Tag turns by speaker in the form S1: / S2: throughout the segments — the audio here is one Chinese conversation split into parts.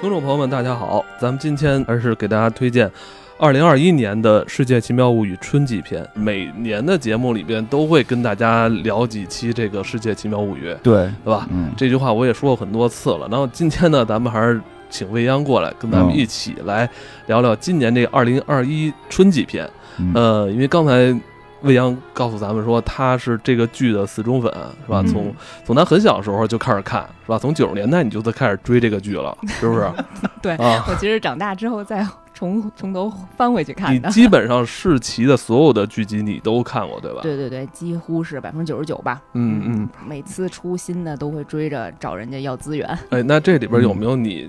S1: 听众朋友们，大家好，咱们今天还是给大家推荐。二零二一年的《世界奇妙物语》春季篇，每年的节目里边都会跟大家聊几期这个《世界奇妙物语》，
S2: 对，
S1: 对吧？
S2: 嗯，
S1: 这句话我也说过很多次了。然后今天呢，咱们还是请未央过来，跟咱们
S2: 嗯
S1: 一起来聊聊今年这二零二一春季篇。
S2: 嗯
S1: 呃，因为刚才未央告诉咱们说，他是这个剧的死忠粉，是吧？啊
S2: 嗯
S1: 从从他很小的时候就开始看，是吧？从九十年代你就开始追这个剧了，是不是？
S3: 对
S1: 啊，
S3: 我其实长大之后再从 从头翻回去看
S1: 你
S3: 的。
S1: 基本上世奇的所有的剧集你都看过，对 吧？
S3: 对对对，几乎是百分之九十九吧。
S1: 嗯嗯，
S3: 每次出新的都会追着找人家要资源。
S1: 哎，那这里边有没有你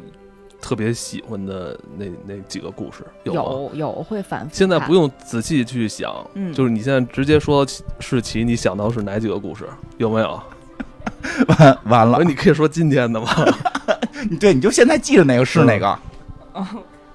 S1: 特别喜欢的那那几个故事？有吗。
S3: 有有会反复。
S1: 现在不。用仔细去想，
S3: 嗯
S1: 就是你现在直接说世奇，你想到是哪几个故事？有没有？
S2: 完 完了
S1: 哎，，你可以说今天的嘛。
S2: 你呃对，你就现在记着哪个是哪个，
S3: 哦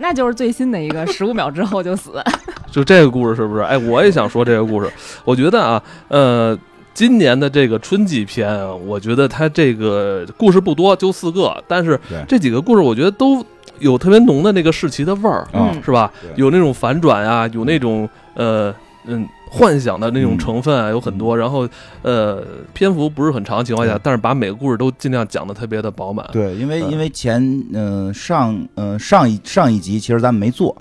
S3: 那就是最新的一个，十五秒之后就 死。
S1: 就这个故事是不是？哎，我也想说这个故事。我觉得啊，呃，今年的这个春季篇啊，我觉得它这个故事不多，就四个，但是
S2: 对
S1: 这几个故事我觉得都有特别浓的那个世奇的味儿，
S2: 嗯
S3: 嗯
S1: 是吧
S2: 对？
S1: 有那种反转啊，有那种呃嗯幻想的那
S2: 嗯
S1: 种成分啊，有很多。然后呃，篇幅不是很长的情况下
S2: 嗯，
S1: 但是把每个故事都尽量讲的特别的饱满。
S2: 对，因为
S1: 嗯
S2: 因为前嗯上嗯上一上一集其实咱们没做，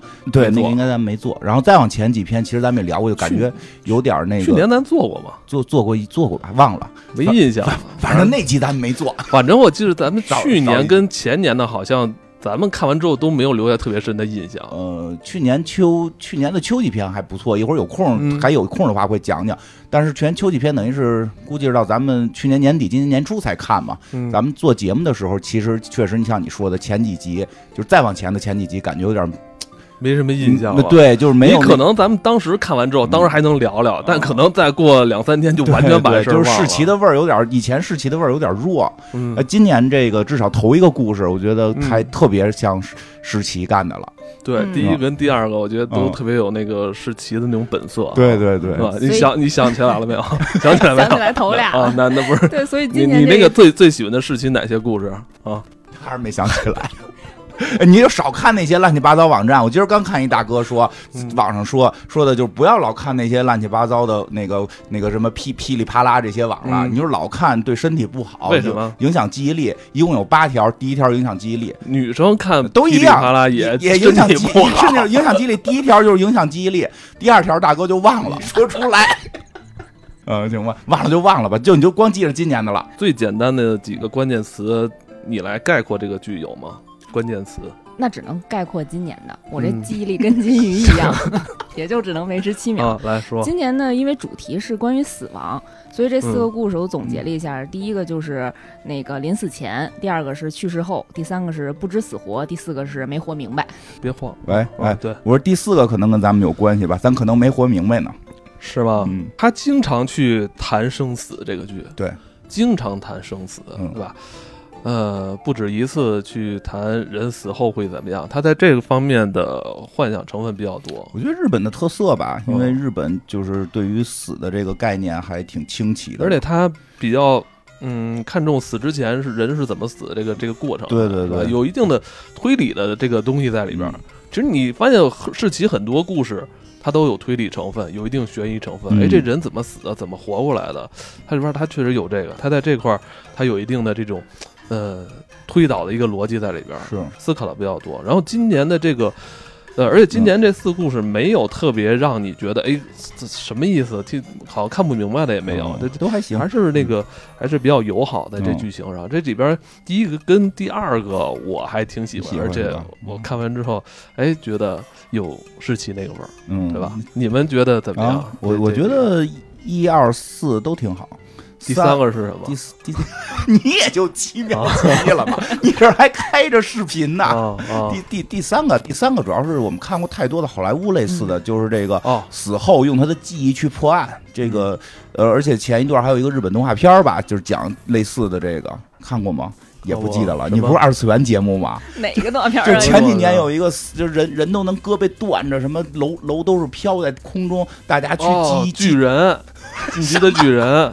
S1: 没
S2: 对，
S1: 做
S2: 那个应该咱们没做，然后再往前几篇其实咱们也聊过，就感觉有点那
S1: 去
S2: 个
S1: 年咱做过吗？
S2: 做做过一做过吧，忘了，
S1: 没印象，
S2: 反正那集咱们没做，
S1: 反正我记得咱们
S2: 少
S1: 去
S2: 少一
S1: 年
S2: 集
S1: 跟前年的，好像咱们看完之后都没有留下特别深的印象。
S2: 呃，去年秋去年的秋季篇还不错，一会儿有空、
S1: 嗯
S2: 还有空的话会讲讲。但是全秋季篇等于是估计是到咱们去年年底、今年年初才看嘛。
S1: 嗯
S2: 咱们做节目的时候，其实确实像你说的前几集，就是再往前的前几集，感觉有点
S1: 没什么印象
S2: 嗯
S1: 了。，
S2: 对，就是没有
S1: 你
S2: 那
S1: 可能咱们当时看完之后，当时还能聊聊，但可能再过两三天就完全把
S2: 对
S1: 事儿
S2: 对就是
S1: 忘
S2: 世
S1: 了
S2: 奇，的味儿有点，以前世奇的味儿有点弱。
S1: 嗯
S2: 呃，今年这个至少头一个故事，我觉得还
S1: 嗯
S2: 特别像世世奇干的了。
S1: 对，
S3: 嗯
S1: 第一个跟第二个，我觉得都
S2: 嗯
S1: 特别有那个世奇的那种本色。啊
S2: 对对
S1: 哦是吧？
S3: 所以
S1: 你想你想起来 了没有？想起来没有？
S3: 想起来头俩
S1: 啊，那那不是
S3: 对，所以
S1: 你
S3: 今
S1: 你
S3: 年
S1: 那
S3: 这
S1: 个最最喜欢的世奇哪些故事
S2: 哦
S1: 啊？
S2: 还是没想起来。 哎你就少看那些乱七八糟网站。我今儿刚看一大哥说，
S1: 嗯
S2: 网上说说的就是不要老看那些乱七八糟的那个那个什么噼噼里啪啦这些网了。
S1: 嗯
S2: 你就是老看对身体不好，
S1: 为什么
S2: 影响记忆力？一共有八条，第一条影响记忆力，
S1: 女生看
S2: 都一
S1: 噼里
S2: 样
S1: 啪啦
S2: 也
S1: 也
S2: 影响
S1: 身
S2: 记
S1: 体
S2: 忆，
S1: 不好
S2: 甚至影响记忆力。第一条就是影响记忆力，第二条大哥就 忘了，说出来。 嗯，行吧，忘了就忘了吧，就你就光记着今年的了。
S1: 最简单的几个关键词，你来概括这个剧有吗？关键词，
S3: 那只能概括今年的。我这
S1: 嗯
S3: 记忆力跟金鱼一 样，也就只能维持七秒。
S1: 啊，来说，
S3: 今年呢，因为主题是关于死亡，所以这四个故事我总结了一下：第一个就是那个临死前，第二个是去世后，第三个是不知死活，第四个是没活明白。
S1: 别晃，
S2: 喂
S1: 啊
S2: 喂，
S1: 对，
S2: 我说第四个可能跟咱们有关系吧，咱可能没活明白呢。
S1: 是吗？
S2: 嗯，
S1: 他经常去谈生死这个剧，
S2: 对，
S1: 经常谈生死，
S2: 嗯
S1: 对吧？呃，不止一次去谈人死后会怎么样，他在这个方面的幻想成分比较多。
S2: 我觉得日本的特色吧，
S1: 嗯
S2: 因为日本就是对于死的这个概念还挺清奇的，
S1: 而且他比较嗯看重死之前是人是怎么死的这个这个过程，啊
S2: 对
S1: 是
S2: 对
S1: 吧
S2: 对
S1: 有一定的推理的这个东西在里边儿。其实你发现世奇很多故事。它都有推理成分，有一定悬疑成分。
S2: 嗯
S1: 哎，这人怎么死的？怎么活过来的？它里边儿它确实有这个，它在这块儿它有一定的这种，呃，推导的一个逻辑在里边儿，
S2: 嗯是
S1: 思考的比较多。然后今年的这个，呃，而且今年这四故事没有特别让你觉得，哎，这什么意思？听好像看不明白的也没有，
S2: 嗯
S1: 这
S2: 都还行
S1: 还。是那个还是比较友好的这
S2: 嗯
S1: 剧情上，这里边第一个跟第二个我还挺喜欢，
S2: 喜欢
S1: 而且
S2: 是吧
S1: 我看完之后，哎，觉得有世奇那个味儿，
S2: 嗯，
S1: 对吧？？你们觉得怎么样
S2: 啊？，我我
S1: 这
S2: 觉得一二四都挺好。
S1: 第三个是什么
S2: 第？四 第，你也就七秒记了吧？你这还开着视频呢。
S1: 啊啊
S2: 第第第三个，第三个主要是我们看过太多的好莱坞类似的，就是这个
S1: 哦，
S2: 死后用他的记忆去破案，这个
S1: 嗯
S2: 呃，而且前一段还有一个日本动画片儿吧，就是讲类似的这个，看过吗？也不记得了。
S1: 哦什么
S2: 你不是二次元节目吗？
S3: 哪个动画片
S2: 就
S3: 儿
S2: 是
S3: 啊？
S2: 前几年有一个死，就是人人都能胳膊断着，什么楼楼都是飘在空中，大家去
S1: 哦
S2: 记忆
S1: 巨人，进击的巨人，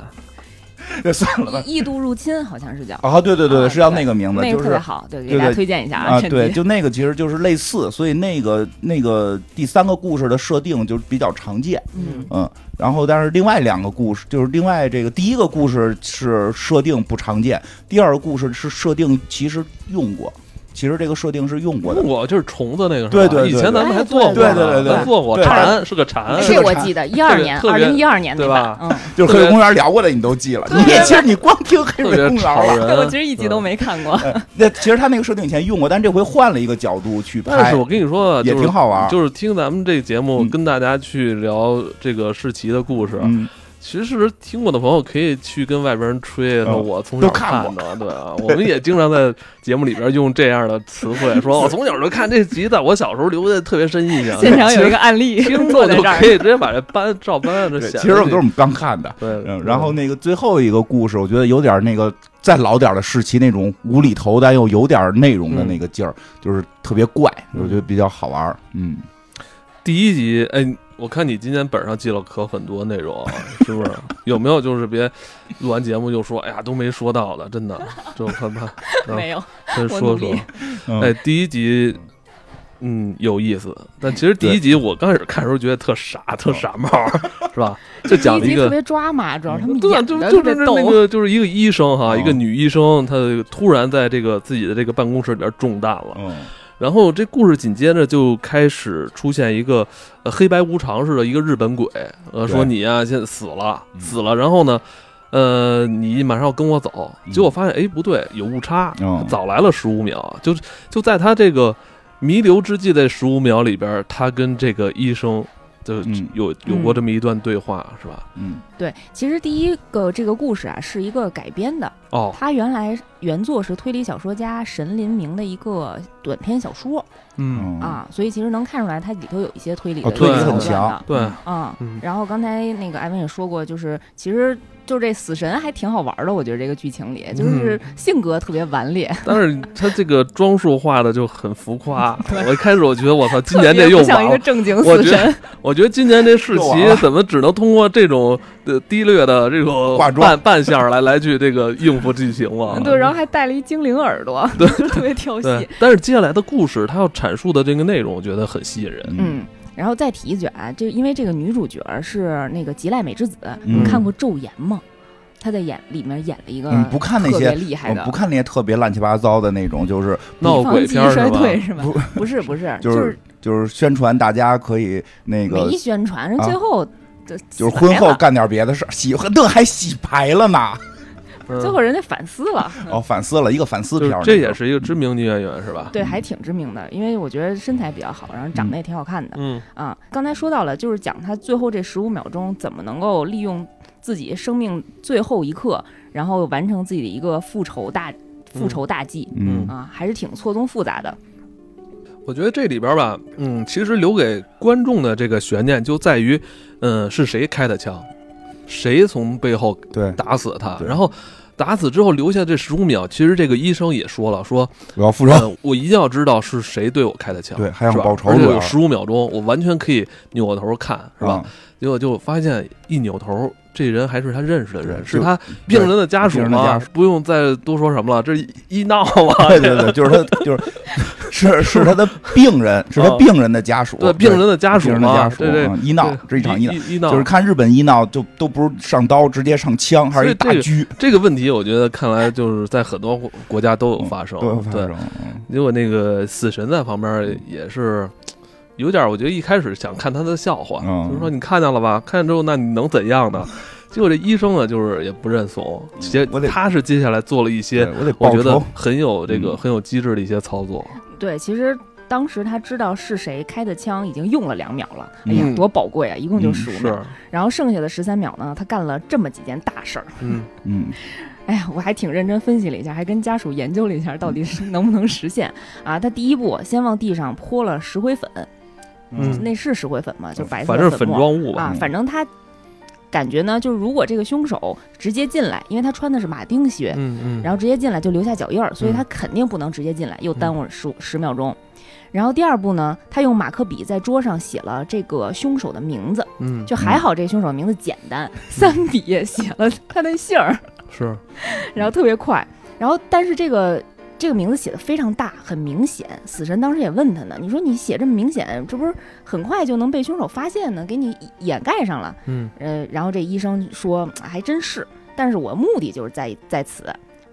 S2: 那 算了吧。
S4: 异度入侵好像是叫，
S2: 啊，对对对
S4: 啊
S2: 对，是叫那个名字，
S4: 那
S2: 就
S4: 个特别
S2: 是
S4: 好，对，
S2: 对
S4: 给大家
S2: 对
S4: 推荐一下
S2: 啊，
S4: 这
S2: 对，
S4: 集
S2: 就那个其实就是类似，所以那个那个第三个故事的设定就比较常见，
S4: 嗯
S2: 嗯，然后但是另外两个故事就是另外这个第一个故事是设定不常见，第二个故事是设定其实用过，其实这个设定是用过的，
S1: 我就是虫子那个，是吧
S2: 对对对
S1: 以前咱们还做过呢，
S2: 对对对对
S1: 咱做过
S2: 对
S1: 蝉啊是个蝉，
S2: 是
S4: 这
S2: 个
S4: 我
S2: 蝉
S4: 记得一二年，
S1: 特
S4: 二
S1: 别
S4: 零一二年
S1: 对
S4: 吧
S1: 吧？
S4: 嗯，
S2: 就是黑水公园聊过的你都记了，
S4: 对
S2: 你也其实你光听黑
S1: 特
S2: 水
S1: 别
S2: 公园
S1: 吵
S2: 了。
S1: 人。
S4: 我其实一集都
S1: 嗯。
S4: 没看过，
S2: 那其实他那个设定以前用过，但这回换了一个角度去
S1: 但
S2: 拍
S1: 是，我跟你说，啊
S2: 也
S1: 就是
S2: 挺好玩。
S1: 就是听咱们这节目
S2: 嗯
S1: 跟大家去聊这个世奇的故事，
S2: 嗯，
S1: 其实听过的朋友可以去跟外边人吹说，
S2: 嗯
S1: 我从小
S2: 都看
S1: 看的，对啊，我们也经常在节目里边用这样的词汇， 说我从小就看这集的，我小时候留下特别深印象。
S4: 现场有一
S1: 个
S4: 个案例
S1: 听
S4: 坐
S1: 众
S4: 在
S1: 就
S4: 这儿
S1: 可，以直接把这搬照搬，这
S2: 对，
S1: 显
S2: 其实我
S1: 得
S2: 们都是我们刚看的。
S1: 对，
S2: 嗯，然后那个最后一个故事，我觉得有点那个再老点儿的世奇那种无厘头，但又有点内容的那个劲儿，就是特别怪，
S1: 嗯
S2: 我觉得比较好玩儿。嗯，
S1: 第一集，哎，我看你今天本上记了可很多内 容啊，是不是？有没有就是别录完节目就说，哎呀，都没说到的， 真的，这我看怕
S4: 没有，
S1: 真
S4: 我
S1: 说
S4: 努
S1: 说
S4: 力。
S2: 嗯
S1: 哎，第一集，嗯，有意思。但其实第一集我刚开始看的时候觉得特傻，
S4: 嗯
S1: 特傻 帽儿，是吧？就讲了
S4: 第一集特
S1: 个。
S4: 别抓马，主要他们
S1: 对啊，
S4: 演
S1: 就
S4: 的
S1: 就
S4: 特
S1: 是
S4: 别
S1: 那
S4: 逗，嗯
S1: 个，就是一个医生哈，
S2: 哦
S1: 一个女医生，她突然在这个自己的这个办公室里边中弹了，
S2: 嗯，
S1: 然后这故事紧接着就开始出现一个呃黑白无常似的一个日本鬼，呃，
S2: 对
S1: 说你啊现在死了，
S2: 嗯
S1: 死了，然后呢，呃，你马上要跟我走，
S2: 嗯
S1: 结果发现哎不对，有误差，
S2: 嗯
S1: 早来了十五秒，就就在他这个弥留之际的十五秒里边，他跟这个医生就
S2: 嗯
S1: 有有过这么一段对话，是吧？
S2: 嗯，
S4: 对，其实第一个这个故事啊是一个改编的，
S1: 哦，
S4: 它原来原作是推理小说家神林明的一个短篇小说
S1: 嗯，
S2: 嗯，
S4: 啊，所以其实能看出来它里头有一些推理
S2: 哦，
S4: 的
S2: 推理
S1: 对
S2: 很
S4: 手段
S2: 强
S4: 的，
S1: 对，
S4: 啊
S1: 嗯。
S4: 然后刚才那个艾文也说过，就是其实就这死神还挺好玩的，我觉得这个剧情里就是性格特别顽劣，
S1: 但是他这个装束画的就很浮 夸。
S4: 对
S1: 我一开始我觉得我操，今
S4: 特别
S1: 年这又
S4: 不像
S1: 完
S4: 一个
S1: 了。
S4: 正经
S1: 我
S4: 死
S1: 觉
S4: 神
S1: 得。我觉得今年这世
S2: 又完
S1: 奇
S2: 了
S1: 怎么只能通过这种呃低劣的这种
S2: 化妆
S1: 扮扮相儿来来去这个应付剧情 了。
S4: 对，然后还带了一精灵耳朵，对，特别调
S1: 对
S4: 戏。，
S1: 但是接下来的故事他要阐述的这个内容，我觉得很吸引人。
S2: 嗯
S4: 嗯，然后再提一句啊，就因为这个女主角是那个吉濑美智子，
S2: 嗯
S4: 你看过《昼颜》吗？她在演里面演了一个
S2: 嗯，不看那
S4: 特别
S2: 些，
S4: 厉害
S2: 嗯
S4: 的
S2: 不看那些特别乱七八糟的那种，就是
S1: 闹鬼
S4: 放弃
S1: 片儿
S4: 衰
S1: 是吧？
S4: 退是吧
S2: 不？
S4: 不是不是，
S2: 就
S4: 就是
S2: 是就是宣传大家可以那个
S4: 没。宣传，人
S2: 啊
S4: 最后就
S2: 就是婚后
S4: 死
S2: 干点别的事儿，洗那还洗白了呢。
S1: 嗯
S4: 白了最后人家反思了，
S2: 哦，反思了一个反思
S1: 就是
S2: 片儿，
S1: 这
S2: 那
S1: 也
S2: 个
S1: 是一个知名女演员是吧？
S4: 对，还挺知名的，因为我觉得身材比较好，然后长得也挺好看的
S1: 嗯
S4: 啊。刚才说到了，就是讲她最后这十五秒钟怎么能够利用自己生命最后一刻，然后完成自己的一个复仇大复仇大计
S2: 嗯
S4: 啊，还是挺错综复杂的。
S1: 我觉得这里边吧，嗯，其实留给观众的这个悬念就在于，嗯，是谁开的枪，谁从背后
S2: 对，
S1: 打死他，
S2: 对
S1: 然后打死之后留下这十五秒。其实这个医生也说了，说，
S2: 我要复仇。
S1: 嗯，我一定要知道是谁对我开的枪，
S2: 对还想
S1: 是吧
S2: 报仇
S1: 而且
S2: 主
S1: 有
S2: 要
S1: 十五秒钟，我完全可以扭过头看，是吧？
S2: 嗯？
S1: 结果就发现一扭头，这人还是他认识的人，
S2: 对
S1: 是
S2: 就
S1: 他病人的家属
S2: 病人的
S1: 嘛
S2: 家属，哦
S1: 不用再多说什么了，这一一闹啊嘛，
S2: 对对对，就是他，就是是是他的病人，是他病人的家属，
S1: 哦对病人的家属
S2: 病人的
S1: 嘛，
S2: 家属，
S1: 对对，
S2: 嗯医闹，这一场医闹，
S1: 一闹
S2: 就是看日本医闹，就都不是上刀，直接上枪，还是一大狙，
S1: 这个问题，我觉得看来就是在很多国家都有发生，
S2: 对发
S1: 哦对
S2: 生，嗯
S1: 结果那个死神在旁边也是有点儿，我觉得一开始想看他的笑话，
S2: 嗯
S1: 就是说你看见了吧？看见之后，那你能怎样呢？结果这医生呢，就是也不认怂，接
S2: 嗯我得
S1: 他是接下来做了一些
S2: 对我得
S1: 我
S2: 报
S1: 觉得
S2: 仇，
S1: 很有这个
S2: 嗯
S1: 很有机智的一些操作。
S4: 对，其实当时他知道是谁开的枪，已经用了两秒了，哎呀
S1: 嗯，
S4: 多宝贵啊！一共就
S2: 嗯
S4: 十五秒，
S1: 是，
S4: 然后剩下的十三秒呢，他干了这么几件大事儿。
S1: 嗯，
S2: 嗯，
S4: 哎呀，我还挺认真分析了一下，还跟家属研究了一下，到底是能不能实现啊？他第一步先往地上泼了石灰粉，
S1: 嗯
S4: 那是石灰粉吗？就白色
S1: 反
S4: 的
S1: 正
S4: 粉
S1: 粉
S4: 末
S1: 状物嗯吧，
S4: 啊，反正他感觉呢，就是如果这个凶手直接进来，因为他穿的是马丁靴，
S1: 嗯嗯，
S4: 然后直接进来就留下脚印儿，所以
S1: 嗯
S4: 他肯定不能直接进来，又耽误十十秒钟。然后第二步呢，他用马克笔在桌上写了这个凶手的名字，
S1: 嗯
S4: 就还好这个凶手名字简单，三笔写了他的姓儿，
S1: 是，
S4: 然后特别快，然后但是这个这个名字写的非常大，很明显。死神当时也问他呢，你说你写这么明显，这不是很快就能被凶手发现呢？给你掩盖上了。
S1: 嗯
S4: 呃，然后这医生说啊还真是，但是我目的就是在在此，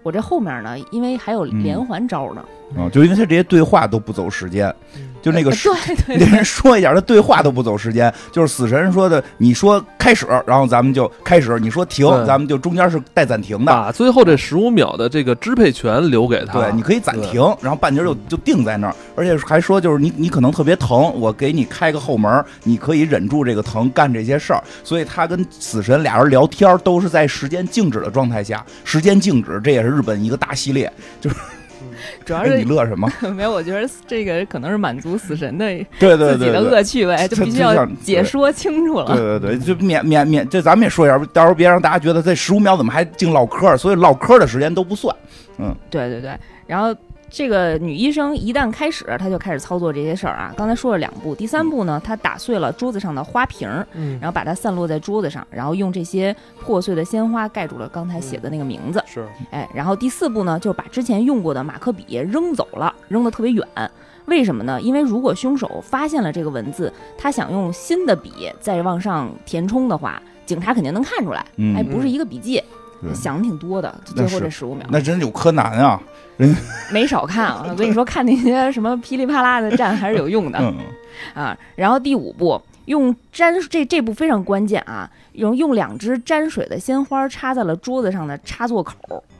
S4: 我这后面呢，因为还有
S2: 嗯
S4: 连环招 呢，
S2: 啊，就因为他这些对话都不走时间，就那个
S4: 呃
S2: 时
S4: 对对
S2: 那人说一下，他对话都不走时间，就是死神说的，你说开始，然后咱们就开始；你说停
S1: 对，啊
S2: 咱们就中间是带暂停的，
S1: 把最后这十五秒的这个支配权留给他。
S2: 对，你可以暂停，然后半截就
S1: 啊嗯
S2: 就定在那儿，而且还说就是你你可能特别疼，我给你开个后门儿，你可以忍住这个疼干这些事儿。所以他跟死神俩人聊天儿都是在时间静止的状态下，时间静止这也是日本一个大系列。
S4: 嗯 主要
S2: 哎，你
S4: 是
S2: 乐什 么？
S4: 没有，我觉得这个可能是满足死神的
S2: 对对
S4: 自己
S2: 对
S4: 的
S2: 对。
S4: 恶趣味，
S2: 这
S4: 就必须
S2: 这
S4: 要
S2: 像
S4: 解
S2: 对
S4: 说清楚了。
S2: 对对对，就免免免，这咱们也说一下，到时候别让大家觉得这十五秒怎么还净唠嗑儿，所以唠嗑儿的时间都不算。
S4: 对对对，然后这个女医生一旦开始，她就开始操作这些事儿啊。刚才说了两步，第三步呢，她打碎了桌子上的花瓶儿，
S1: 嗯，
S4: 然后把它散落在桌子上，然后用这些破碎的鲜花盖住了刚才写的那个名字。
S1: 是
S2: 嗯
S4: 哎，然后第四步呢，就是把之前用过的马克笔扔走了，扔得特别远。为什么呢？因为如果凶手发现了这个文字，他想用新的笔再往上填充的话，警察肯定能看出来。
S2: 嗯
S4: 哎，不是一个笔记，
S2: 对
S4: 想的挺多的。就
S2: 那
S4: 最后
S2: 是
S4: 这十五秒，
S2: 那真有柯南啊，
S4: 没少看啊！ 我跟你说，看那些什么噼里啪啦的站还是有用的
S2: 嗯，
S4: 啊。然后第五步，用沾这这步非常关键啊，用用两只沾水的鲜花插在了桌子上的插座口，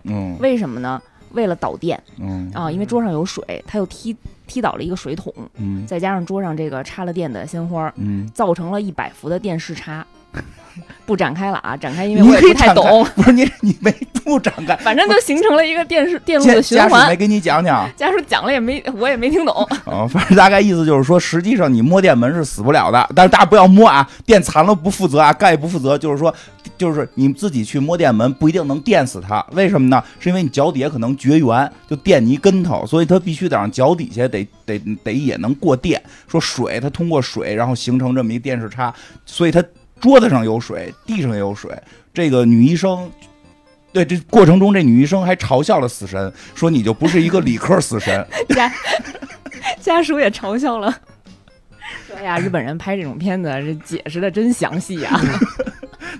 S2: 嗯
S4: 为什么呢？为了导电
S2: 嗯
S4: 啊，因为桌上有水，他又踢踢倒了一个水桶，
S2: 嗯
S4: 再加上桌上这个插了电的鲜花，
S2: 嗯，
S4: 造成了一百伏的电视差。不展开了啊，展开因为
S2: 你
S4: 我
S2: 可
S4: 也
S2: 以
S4: 不太
S2: 展开
S4: 懂，
S2: 不是你你没不展 开，
S4: 反正就形成了一个电视电路
S2: 家
S4: 的循
S2: 家属
S4: 环
S2: 没。给你讲讲
S4: 家属讲了也没，我也没听懂。
S2: 啊，反正大概意思就是说，实际上你摸电门是死不了的，但是大家不要摸啊，电残了不负责啊，盖不负责，就是说，就是你自己去摸电门不一定能电死它，为什么呢？是因为你脚底下可能绝缘，就电你一跟头，所以它必须得让脚底下得得得也能过电，说水它通过水，然后形成这么一电视差，所以它桌子上有水，地上也有水，这个女医生。对，这过程中，这女医生还嘲笑了死神，说你就不是一个理科死神，
S4: 家家属也嘲笑了，说：“哎呀，日本人拍这种片子，这解释的真详细 呀、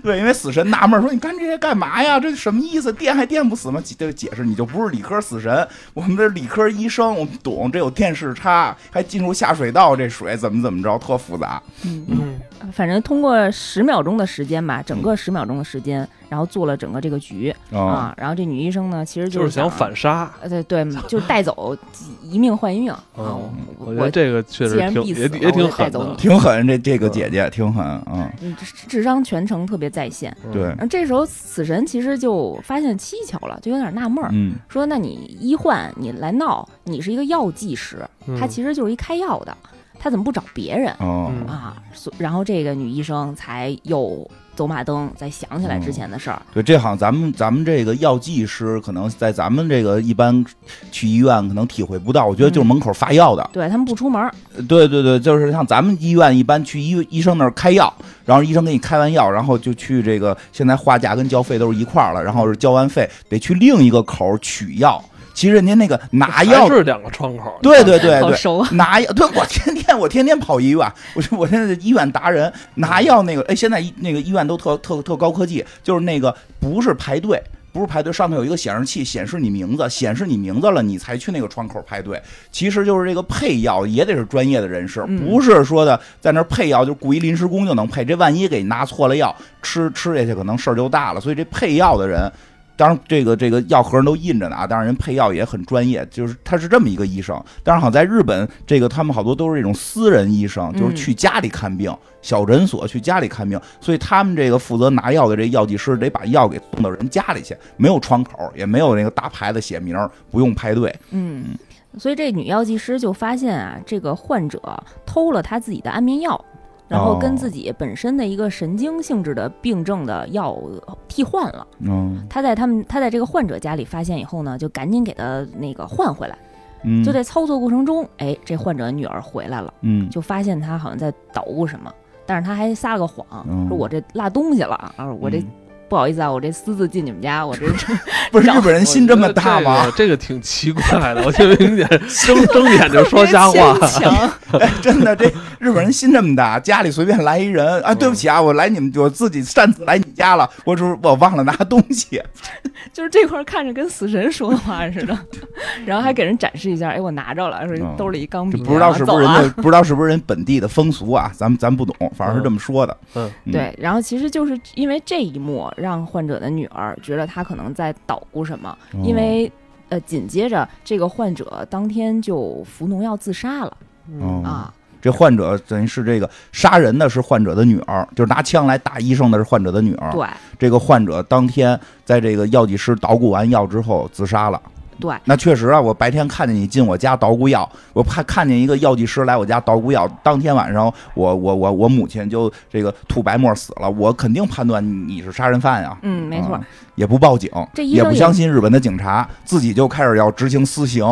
S2: 对，因为死神纳闷儿说：“你干这些干嘛呀？这什么意思？电还电不死吗？”解这个解释，你就不是理科死神，我们这理科医生，我们懂，这有电视差，还进入下水道，这水怎么怎么着，特复杂。
S1: 嗯
S4: 反正通过十秒钟的时间吧，整个十秒钟的时间，然后做了整个这个局、
S2: 啊，
S4: 啊。然后这女医生呢，其实
S1: 哦就是
S4: 是
S1: 想反杀。
S4: 呃，对对，就是带走一命换一命啊。我
S1: 嗯我觉得
S4: 我
S1: 这个确实
S4: 既然
S1: 挺
S4: 必
S1: 也
S4: 死
S1: 也
S4: 了
S1: 挺
S4: 我就带
S1: 狠
S4: 走
S1: 的
S4: 你，
S2: 挺狠，这这个姐姐挺狠啊、
S4: 嗯智智商全程特别在线。
S1: 嗯
S2: 对
S4: 然，后这时候死神其实就发现蹊跷了，就有点纳闷儿，
S2: 嗯
S4: 说：“那你医患，你来闹，你是一个药剂师，他其实就是一开药的，他怎么不找别人
S2: 哦
S1: 嗯
S4: 啊？所然后这个女医生才又走马灯，才想起来
S2: 嗯
S4: 之前的事儿。
S2: 对，这好像咱们咱们这个药剂师，可能在咱们这个一般去医院可能体会不到，我觉得就是门口发药的，
S4: 对他们不出门儿，
S2: 对对对，就是像咱们医院一般去医医生那儿开药，然后医生给你开完药，然后就去这个现在话价跟交费都是一块儿了，然后是交完费得去另一个口儿取药。其实人家那个拿药
S1: 还，是两个窗口。
S2: 对对对
S4: 好
S2: 哎对，
S4: 熟啊！
S2: 拿药，对我天天我天天跑医院，我就我现在是医院达人，拿药那个，哎，现在医那个医院都特特特高科技，就是那个不是排队。不是排队，上头有一个显示器显示你名字，显示你名字了，你才去那个窗口排队。其实就是这个配药也得是专业的人士，
S4: 嗯
S2: 不是说的在那儿配药就雇一临时工就能配。这万一给你拿错了药，吃吃下去可能事儿就大了。所以这配药的人，当然这个这个药盒上都印着呢啊，当然人配药也很专业，就是他是这么一个医生。但是好像在日本，这个他们好多都是这种私人医生，就是
S4: 嗯
S2: 去家里看病，小诊所去家里看病，所以他们这个负责拿药的这药剂师得把药给送到人家里去，没有窗口，也没有那个大牌子写名，不用排队。
S4: 嗯，所以这女药剂师就发现啊，这个患者偷了她自己的安眠药，然后
S2: 哦
S4: 跟自己本身的一个神经性质的病症的药替换了。
S2: 嗯
S4: 她在他们她在这个患者家里发现以后呢，就赶紧给她那个换回来。
S2: 嗯
S4: 就在操作过程中，哎，这患者女儿回来了。
S2: 嗯
S4: 就发现他好像在捣鼓什么，但是他还撒了个谎
S2: 嗯，
S4: 说我这落东西了，啊，我这
S2: 嗯
S4: 不好意思啊，我这私自进你 们家，我这
S2: 不是
S4: 找。
S2: 日本人心这么大
S1: 我觉得这
S2: 吗？
S1: 个？这个挺奇怪的，我觉得明 显睁睁眼就说瞎话
S4: 强。
S2: 哎，真的，这日本人心这么大，家里随便来一人，啊，对不起啊，我来你们，我自己擅自来你家了，我是我忘了拿东西，
S4: 就是这块儿看着跟死神说的话似的，然后还给人展示一下，哎，我拿着了，说
S2: 嗯
S4: 兜里一钢
S2: 就
S4: 笔啊，
S2: 不知道是不是人
S4: 走啊
S2: 家，不知道是不是人本地的风俗啊，咱们咱不懂，反正是这么说的。
S1: 嗯，
S2: 嗯
S4: 对，然后其实就是因为这一幕，让患者的女儿觉得她可能在捣鼓什么，
S2: 哦
S4: 因为呃，紧接着这个患者当天就服农药自杀了
S2: 嗯
S4: 啊。
S2: 这患者等于是这个杀人的是患者的女儿，就是拿枪来打医生的是患者的女儿。
S4: 对
S2: 这个患者当天在这个药剂师捣鼓完药之后自杀了。
S4: 对，
S2: 那确实啊，我白天看见你进我家捣鼓药，我怕看见一个药剂师来我家捣鼓药。当天晚上，我我我我母亲就这个吐白沫死了，我肯定判断你是杀人犯呀、
S4: 嗯，没错
S2: 嗯，也不报警，
S4: 这医
S2: 也
S4: 生
S2: 不
S4: 也
S2: 相信日本的警察，自己就开始要执行私刑。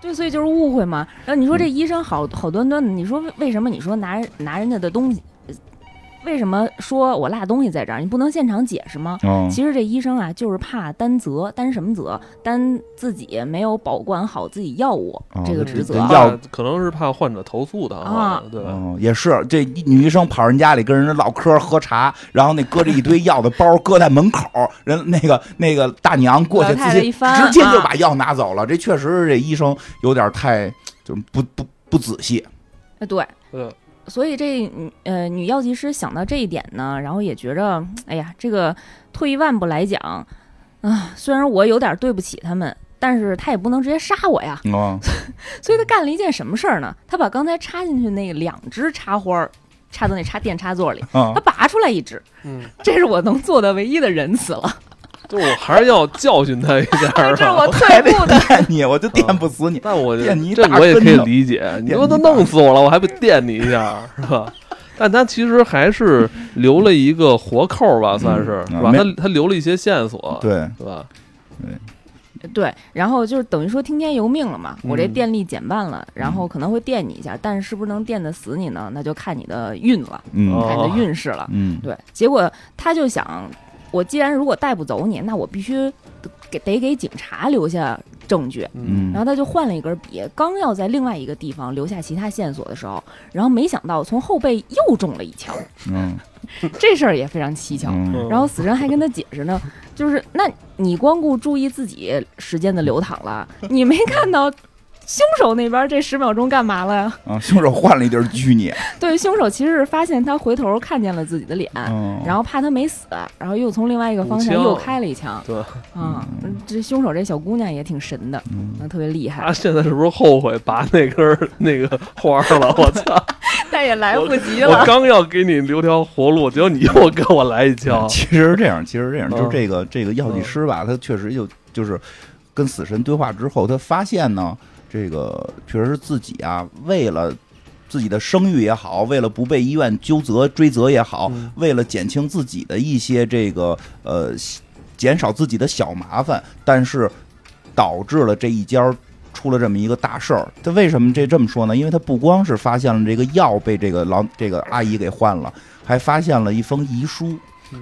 S4: 对，所以就是误会嘛。然后你说
S2: 嗯
S4: 这医生好好端端的，你说为为什么你说拿人拿人家的东西，呃为什么说我落东西在这儿？你不能现场解释吗？
S2: 嗯，
S4: 其实这医生啊，就是怕担责，担什么责？担自己没有保管好自己药物、
S2: 哦
S4: 这个
S2: 这
S4: 职责
S2: 这
S4: 啊。
S2: 药
S1: 怕嗯可能是怕患者投诉的
S4: 啊
S1: 对吧？
S2: 嗯，也是，这女医生跑人家里跟人家唠嗑喝茶，然后那搁着一堆药的包搁在门口，人那个那个大娘过去
S4: 老太
S2: 直
S4: 太
S2: 接
S4: 一翻
S2: 直接就
S4: 啊
S2: 把药拿走了，这确实是这医生有点太就不不不仔细，
S4: 哎对，
S1: 对，
S4: 所以这女呃女药剂师想到这一点呢，然后也觉着，哎呀，这个退一万步来讲，啊，虽然我有点对不起他们，但是他也不能直接杀我呀。
S2: 嗯，
S4: 所以他干了一件什么事儿呢？他把刚才插进去那个两只插花儿插到那插电插座里，
S1: 哦
S2: 嗯
S4: 他拔出来一只，
S1: 嗯，
S4: 这是我能做的唯一的仁慈 了，
S1: 就是我还是要教训他一下
S4: 这是
S1: 吧
S4: 我。退步的。
S2: 电你，我就电不死你。
S1: 但我
S2: 电你一
S1: 这
S2: 大
S1: 我也可以
S2: 跟头
S1: 理解，你
S2: 电
S1: 说
S2: 你
S1: 都
S2: 一大
S1: 弄死我了，我还不电你一下，是吧？但他其实还是留了一个活扣吧，算是
S2: 嗯
S1: 是吧？
S2: 没
S1: 他他留了一些线索，
S2: 对，
S1: 对吧？
S4: 对，然后就是等于说听天由命了嘛，我这
S1: 嗯
S4: 电力减半了，然后可能会电你一下，但是是不是能电的死你呢？那就看你的运了，
S2: 嗯
S1: 哦
S4: 看你的运势了。
S2: 嗯，
S4: 对，结果他就想，我既然如果带不走你，那我必须得给得给警察留下证据。
S1: 嗯，
S2: 嗯
S4: 然后他就换了一根笔，刚要在另外一个地方留下其他线索的时候，然后没想到从后背又中了一 枪，
S2: 嗯
S4: 这事儿也非常蹊跷。
S2: 嗯，
S1: 嗯
S4: 然后死神还跟他解释呢，就是那你光顾注意自己时间的流淌 了，你没看到凶手那边这十秒钟干嘛了 呀？
S2: 啊，凶手换了一地儿拘你，
S4: 对，凶手其实是发现他回头看见了自己的脸，
S2: 嗯，
S4: 然后怕他没死，然后又从另外一个方向
S1: 补枪
S4: 又开了一枪。
S1: 对
S4: 啊，这凶手这小姑娘也挺神的，
S2: 嗯
S4: 啊特别厉害
S1: 他，现在是不是后悔拔那根儿 那个花儿了？我 操！
S4: 但也来不及
S1: 我
S4: 了。
S1: 刚要给你留条活路，结果你又给我来 一 枪。
S2: 其实是这样，其实是这样，
S1: 嗯
S2: 就是这个这个药剂师吧，他确实就就是跟死神对话之后，他发现呢，这个确实是自己啊，为了自己的声誉也好，为了不被医院纠责追责也好，
S1: 嗯
S2: 为了减轻自己的一些这个呃减少自己的小麻烦，但是导致了这一家儿出了这么一个大事儿。他为什么这这么说呢？因为他不光是发现了这个药被这个老这个阿姨给换了，还发现了一封遗书。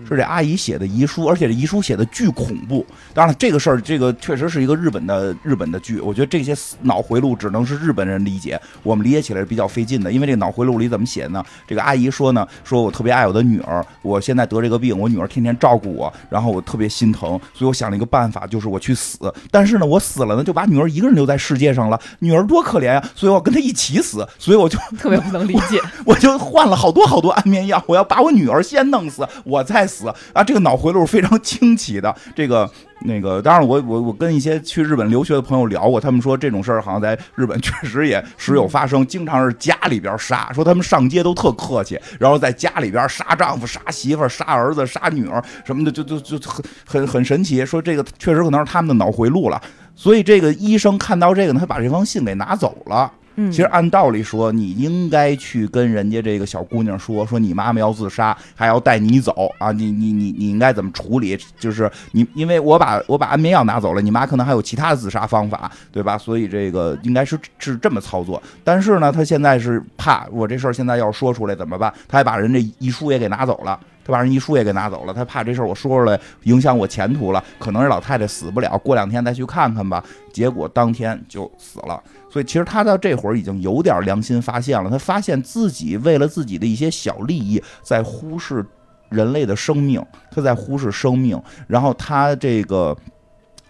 S2: 是这阿姨写的遗书，而且这遗书写的巨恐怖。当然了，这个事儿，这个确实是一个日本的日本的剧。我觉得这些脑回路只能是日本人理解，我们理解起来是比较费劲的。因为这个脑回路里怎么写呢？这个阿姨说呢，说我特别爱我的女儿，我现在得这个病，我女儿天天照顾我，然后我特别心疼，所以我想了一个办法，就是我去死。但是呢，我死了呢，就把女儿一个人留在世界上了，女儿多可怜啊！所以我要跟她一起死，所以我就
S4: 特别不能理 解，
S2: 我就换了好多好多安眠药，我要把我女儿先弄死，我再死啊！这个脑回路是非常清奇的。这个 那个，当然我我我跟一些去日本留学的朋友聊过，他们说这种事儿好像在日本确实也时有发生，经常是家里边杀，说他们上街都特客气，然后在家里边杀丈夫、杀媳妇儿、杀儿子、杀女儿什么的，就就就就很很很神奇。说这个 确实可能是他们的脑回路了。所以这个医生看到这个呢，他把这封信给拿走了。
S4: 嗯，
S2: 其实按道理说，你应该去跟人家这个小姑娘说，说你妈妈要自杀，还要带你走啊！你你你你应该怎么处理？就是你，因为我把我把安眠药拿走了，你妈可能还有其他的自杀方法，对吧？所以这个应该是是这么操作。但是呢，他现在是怕我这事儿现在要说出来怎么办？他还把人这遗书也给拿走了。他他把人遗书也给拿走了，他怕这事儿我说出来影响我前途了，可能是老太太死不了，过两天再去看看吧。结果当天就死了。所以其实他到这会儿已经有点良心发现了，他发现自己为了自己的一些小利益在忽视人类的生命，他在忽视生命，然后他这个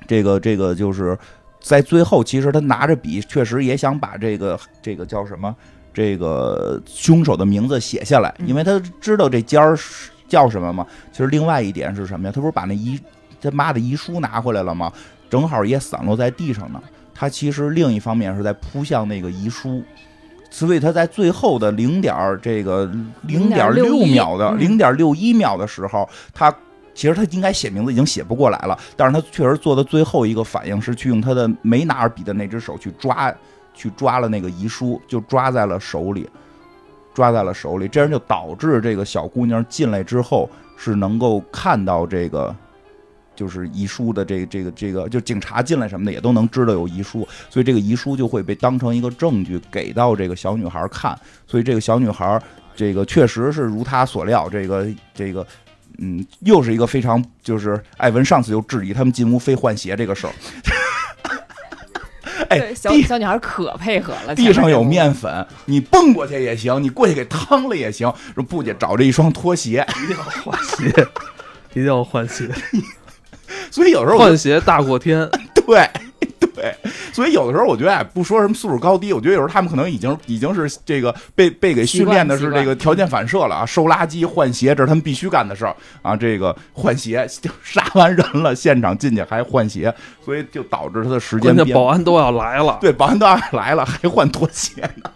S2: 这个这个就是在最后，其实他拿着笔，确实也想把这个这个叫什么这个凶手的名字写下来，
S3: 嗯
S2: 因为他知道这尖儿是叫什么嘛。其实另外一点是什么呀？他不是把那遗他妈的遗书拿回来了吗？正好也散落在地上呢。他其实另一方面是在扑向那个遗书，所以他在最后的零点儿这个零点六
S3: 0.61
S2: 秒的零
S3: 嗯
S2: 点六一秒的时候，他其实他应该写名字已经写不过来了，但是他确实做的最后一个反应是去用他的没拿着笔的那只手去抓，去抓了那个遗书，就抓在了手里，抓在了手里，这样就导致这个小姑娘进来之后是能够看到这个。就是遗书的这这个这个，就警察进来什么的也都能知道有遗书，所以这个遗书就会被当成一个证据给到这个小女孩看。所以这个小女孩，这个确实是如她所料，这个这个，嗯，又是一个非常就是艾文上次就质疑他们进屋非换鞋这个事儿。哎
S4: 对，小
S2: 地
S4: 小女孩可配合了，
S2: 地上有
S4: 面。
S2: 面粉，你蹦过去也行，你过去给趟了也行。说布姐找这一双拖鞋，
S1: 一定要换鞋， 一定要换鞋，
S2: 所以有时候我
S1: 换鞋大过天。
S2: 对 对，所以有的时候我觉得，哎，不说什么素质高低，我觉得有时候他们可能已经已经是这个被被给训练的
S4: 习
S2: 是
S4: 惯
S2: 这个条件反射了啊，收垃圾、换鞋，这是他们必须干的事儿啊。这个换鞋，就 杀完人了，现场进去还换鞋，所以就导致他的时间
S1: 关键
S2: 变
S1: 保安都要来了，
S2: 对保安都要来了，还换拖鞋呢，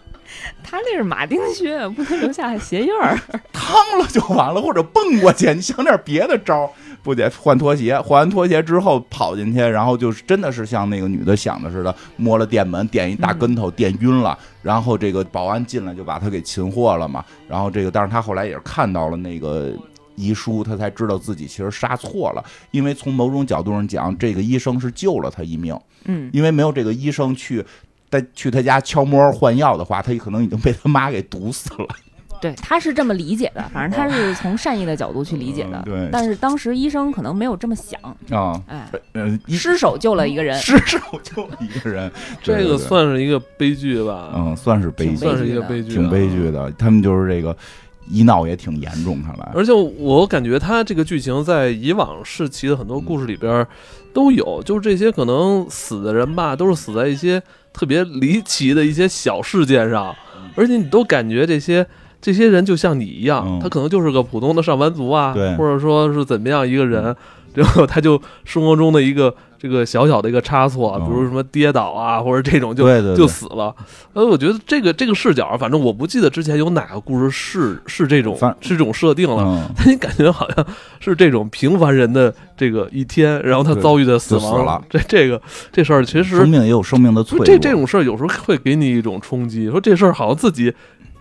S4: 他那是马丁靴，不能留下鞋印儿。
S2: 趟了就完了，或者蹦过去，你 想点别的招儿。不得换拖鞋，换完拖鞋之后跑进去，然后就是真的是像那个女的想的似的，摸了店门，垫一大跟头，垫晕了。然后这个保安进来就把他给擒获了嘛。然后这个，但是他后来也是看到了那个遗书，他才知道自己其实杀错了，因为从某种角度上讲，这个医生是救了他一命。
S4: 嗯，
S2: 因为没有这个医生去。他去他家敲门换药的话，他可能已经被他妈给毒死了。
S3: 对，他是这么理解的，反正他是从善意的角度去理解的。
S2: 嗯对
S3: 但是当时医生可能没有这么想，
S2: 啊，
S3: 哎，
S2: 呃，嗯一
S3: 失手救了一个人，
S2: 失手 就一个人，
S1: 这
S2: 对对
S1: 个
S2: 对
S1: 算是一个悲剧吧，
S2: 嗯，算是悲
S3: 挺
S2: 剧，
S1: 算是一个悲剧，啊
S2: 挺悲剧。的。他们就是这个医闹也挺严重，看来
S1: 而且我感觉他这个剧情在以往世奇的很多故事里边儿都有，就是这些可能死的人吧，都是死在一些特别离奇的一些小事件上，而且你都感觉这些这些人就像你一样
S2: 嗯，
S1: 他可能就是个普通的上班族啊
S2: 对，嗯
S1: 或者说是怎么样一个人，然后他就生活中的一个这个小小的一个差错，
S2: 嗯
S1: 比如什么跌倒啊，或者这种就
S2: 对对对
S1: 就死了。呃，我觉得这个这个视角，反正我不记得之前有哪个故事是是这种
S2: 反
S1: 是这种设定了。
S2: 嗯，
S1: 但你感觉好像是这种平凡人的这个一天，然后他
S2: 对
S1: 遭遇的死
S2: 就死
S1: 亡
S2: 了，
S1: 这这个这事儿其
S2: 生
S1: 实
S2: 命也有生命的脆
S1: 不
S2: 弱。
S1: 这这种事儿有时候会给你一种冲击，说这事儿好像自己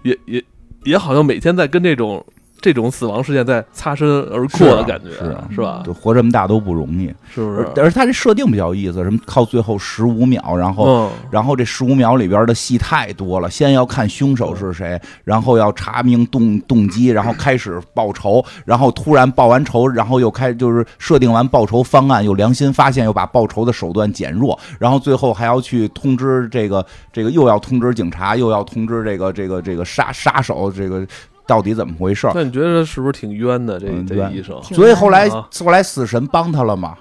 S1: 也也也好像每天在跟这种这种死亡事件在擦身而过
S2: 是啊
S1: 的感觉，
S2: 是啊
S1: 吧？
S2: 对活这么大都不容易，
S1: 是不
S2: 而
S1: 是？
S2: 而他这设定比较有意思，什么靠最后十五秒，然后
S1: 嗯，
S2: 然后这十五秒里边的戏太多了，先要看凶手是谁，然后要查明动动机，然后开始报仇， 然后突然报完仇，然后又开就是设定完报仇方案，又良心发现，又把报仇的手段减弱，然后最后还要去通知这个这个又要通知警察，又要通知这个这个这个杀杀手这个到底怎么回事儿？
S1: 那你觉得是不是挺冤的？这
S2: 嗯
S1: 这
S2: 冤
S1: 医生，
S3: 挺
S2: 所以后来
S1: 啊
S2: 后来死神帮他了嘛，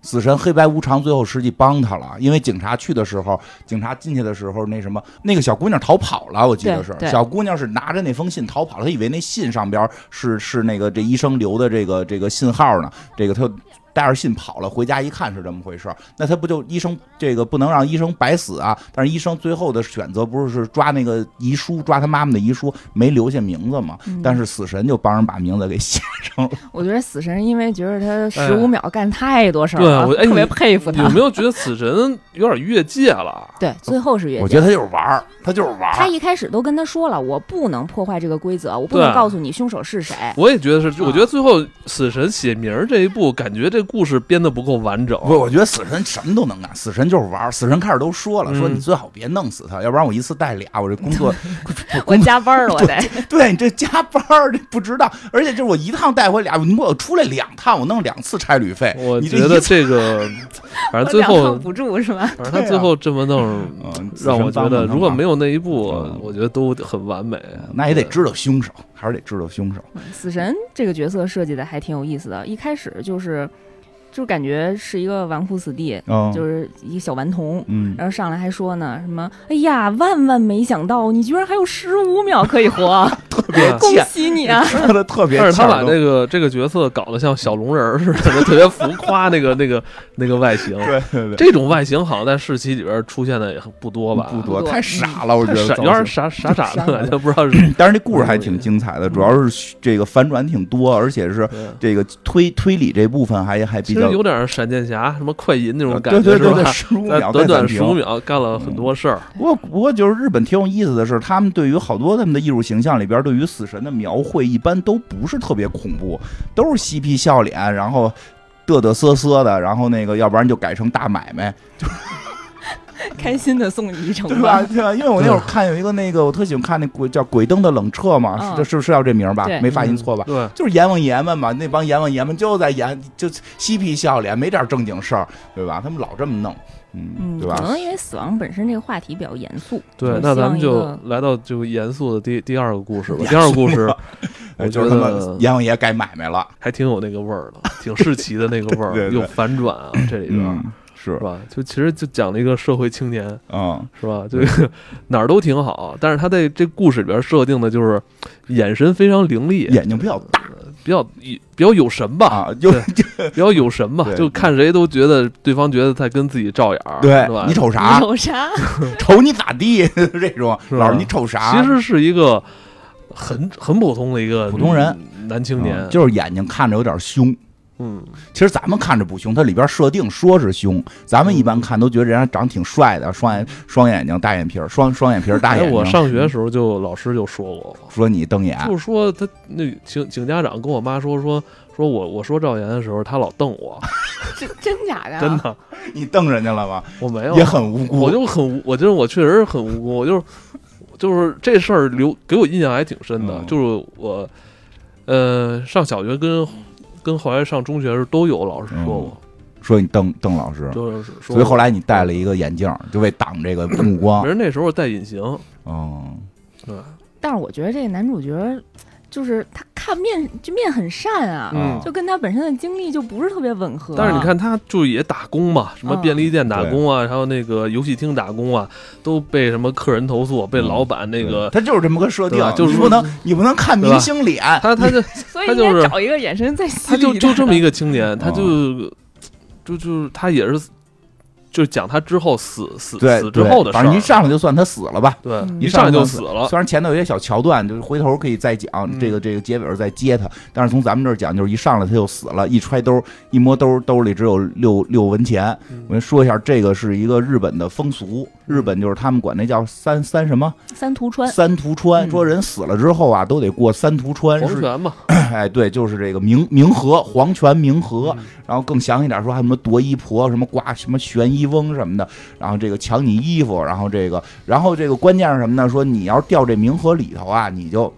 S2: 死神黑白无常最后实际帮他了，因为警察去的时候，警察进去的时候，那什么那个小姑娘逃跑了，我记得
S3: 对
S2: 是
S3: 对
S2: 小姑娘是拿着那封信逃跑了，她以为那信上边是是那个这医生留的这个这个信号呢，这个她带着信跑了，回家一看是这么回事儿，那他不就医生这个不能让医生白死啊？但是医生最后的选择不是是抓那个遗书，抓他妈妈的遗书，没留下名字嘛？但是死神就帮人把名字给写上了。
S3: 嗯我觉得死神因为觉得他
S1: 哎
S3: 十五秒干太多事儿了，
S1: 对我哎
S3: 特别
S1: 你
S3: 佩服
S1: 有
S3: 他。
S1: 没有觉得死神有点越界了？
S3: 对，最后是越
S2: 我
S3: 界
S2: 觉。得他就是玩儿，他就是玩
S3: 他
S2: 儿。
S3: 一开始都跟他说了，我不能破坏这个规
S2: 啊
S3: 则，我不能
S1: 对
S3: 告诉你凶手是谁。
S1: 我也觉得是，
S3: 啊
S1: 我觉得最后死神写名儿这一步，感觉这故事编的不够完整。
S2: 不，我觉得死神什么都能干，死神就是玩儿。死神开始都说了，说
S1: 嗯
S2: 你最好别弄死他，要不然我一次带俩，我这工 作
S4: 我加班了，我得。
S2: 对你这加班儿这不值当，而且就是我一趟带回俩，你我出来两趟，我弄两次差旅 费，
S1: 我
S2: 你
S1: 觉
S2: 这
S1: 得
S2: 一次
S1: 这 个，反正最
S4: 我两
S1: 后
S4: 趟，补助是吧？
S1: 反正他最后这么弄，
S2: 嗯，啊死
S1: 让我
S2: 神
S1: 觉
S2: 帮
S1: 得
S2: 忙
S1: 如果
S2: 忙
S1: 没有那一步
S2: 嗯，
S1: 我觉得都很完美。啊
S2: 那也得知道凶手，还是得知道凶手。
S3: 死神这个角色设计的还挺有意思的，一开始就是就感觉是一个纨绔子弟，
S2: 嗯，
S3: 就是一小顽童。
S2: 嗯，
S3: 然后上来还说呢，什么？哎呀，万万没想到，你居然还有十五秒可以活，啊
S2: 特别
S3: 恭
S2: 贱，
S3: 喜你啊！
S2: 说的特别
S1: 但
S2: 欠儿都。
S1: 是他把这个这个角色搞得像小龙人儿似的，就特别浮 夸那个那个那个外形。
S2: 对对对，
S1: 这种外形好像在世奇里边出现的也很不多吧？
S2: 不
S3: 多
S2: 多，太傻了，我觉
S1: 太
S2: 得
S1: 傻，
S2: 造
S1: 有点
S2: 型
S1: 傻傻傻
S2: 傻
S1: 的感
S2: 了
S1: 觉，不 知道是。
S2: 但是这故事还挺精彩的，主要是这个反转挺多，而且是
S1: 对
S2: 这个推推理这部分还还比
S1: 其实
S2: 较啊
S1: 有点闪电侠什么快银那种感
S2: 对
S1: 觉，
S2: 对对
S1: 是
S2: 对，
S1: 吧？
S2: 十五
S1: 在
S2: 秒
S1: 短
S2: 再
S1: 短
S2: 暂停嗯
S1: 十五秒干了很多事儿，
S2: 不过，不过就是日本挺有意思的是，他们对于好多他们的艺术形象里边，对于死神的描绘一般都不是特别恐怖，都是嬉皮笑脸，然后嘚嘚瑟瑟的，然后那个要不然就改成大买卖，
S3: 开心的送你一程
S2: 对 吧？？对吧？因为我那会儿看有一个那个，我特喜欢看那鬼叫《鬼灯的冷彻》嘛，嗯
S3: 嗯
S2: 是是是叫这名儿吧
S3: 对？
S2: 没发音错吧？
S1: 嗯对，
S2: 就是阎王爷们嘛，那帮阎王爷们就在演，就嬉皮笑脸，没点正经事儿，对吧？他们老这么弄，嗯，
S3: 嗯，
S2: 对吧
S3: 可？能因为死亡本身这个话题比较严肃，
S1: 对
S3: 嗯，
S1: 那咱们
S3: 希望一
S1: 就
S3: 个
S1: 来到就严肃的第第二个故事吧。第二个故事我
S2: 哎就是
S1: 觉
S2: 他们
S1: 得
S2: 阎王爷改买卖了，
S1: 还挺有那个味儿的，挺世奇的那个味
S2: 对
S1: 儿，
S2: 对
S1: 有反转啊，这里边
S2: 嗯，是
S1: 是，吧？就其实就讲了一个社会青年，
S2: 嗯，
S1: 是吧？这个 哪儿都挺好，但是他在这故事里边设定的就是眼神非常凌厉，
S2: 嗯眼睛比较大
S1: 比较比较有神吧，
S2: 啊，就
S1: 对比较有神吧，
S2: 对
S1: 就看谁都觉得对方觉得在跟自己照眼儿，
S2: 对
S1: 是吧？
S2: 你瞅啥？
S4: 有啥？
S2: 瞅你咋地？ 这种
S1: 是吧
S2: 老师你瞅啥？嗯
S1: 其实是一个很很普通的一个
S2: 普通人
S1: 男青年，
S2: 嗯就是眼睛看着有点凶。
S1: 嗯，
S2: 其实咱们看着不凶，它里边设定说是凶，咱们一般看都觉得人家长挺帅的，双眼双眼睛大眼皮儿，双双眼皮儿
S1: 嗯
S2: 大
S1: 哎，
S2: 眼睛。啊
S1: 我上学的时候就老师就说过我，
S2: 说你瞪眼，
S1: 就是说他那请请家长跟我妈说说说我我说赵岩的时候，他老瞪 我，
S4: 真真假
S3: 啊
S4: 的？
S1: 真。的
S2: 你瞪人家了吗？
S1: 我没有
S2: 也，很无辜。
S1: 我就很无我就是我确实很无辜，我就是就是这事儿留给我印象还挺深的，
S2: 嗯
S1: 就是我呃上小学跟跟后来上中学的时候都有老师说我，
S2: 说你瞪瞪老师，
S1: 就是说
S2: 嗯所以后来你啊戴了一个眼镜，就为挡这个目
S1: 别
S2: 光。
S1: 人那时候戴隐形，
S2: 嗯，
S1: 对，
S3: 但是我觉得这个男主角就是他看面就面很善啊，
S1: 嗯
S3: 就跟他本身的经历就不是特别吻合。啊
S1: 但是你，看，他就也打工嘛，什么
S3: 嗯
S1: 便利店打工啊，还有那个游戏厅打工啊，都被什么客人投诉，被
S2: 嗯
S1: 老板那个
S2: 他就是这么个设定
S1: 对吧，啊就是
S2: 你
S1: 说
S2: 不能你不能看明星脸，
S1: 他 他就
S4: 所以
S1: 他
S4: 应
S1: 就
S4: 该
S1: 是
S4: 找一个眼神在
S1: 他
S4: 犀
S1: 就
S4: 利的。
S1: 就这么一 个青年，他就
S2: 哦
S1: 就就他也是，就讲他之后死死
S2: 对
S1: 死之后
S2: 对
S1: 的事
S2: 反正一
S1: 儿，
S2: 上来就算他死了吧。
S1: 对，
S3: 嗯
S1: 一上来就
S2: 就
S1: 死了，
S2: 虽然前头有些小桥段，就是回头可以再讲
S1: 嗯
S2: 这个这个结尾儿再接他，但是从咱们这儿讲，就是一上来他就死了，一揣兜一摸兜兜里只有六六文钱。
S1: 嗯
S2: 我跟你说一下，这个是一个日本的风俗，日本就是他们管那叫三三什么
S3: 三途川
S2: 三途川，
S1: 嗯
S2: 说人死了之后啊都得过三途川，
S1: 黄
S2: 是
S1: 泉嘛，
S2: 哎对，就是这个冥冥河黄泉冥河，
S1: 嗯
S2: 然后更详细点说，还有什么夺衣婆，什么刮什么悬衣翁什么的，然后这个抢你衣服，然后这个，然后这个关键是什么呢？说你要是掉这冥河里头啊，你就。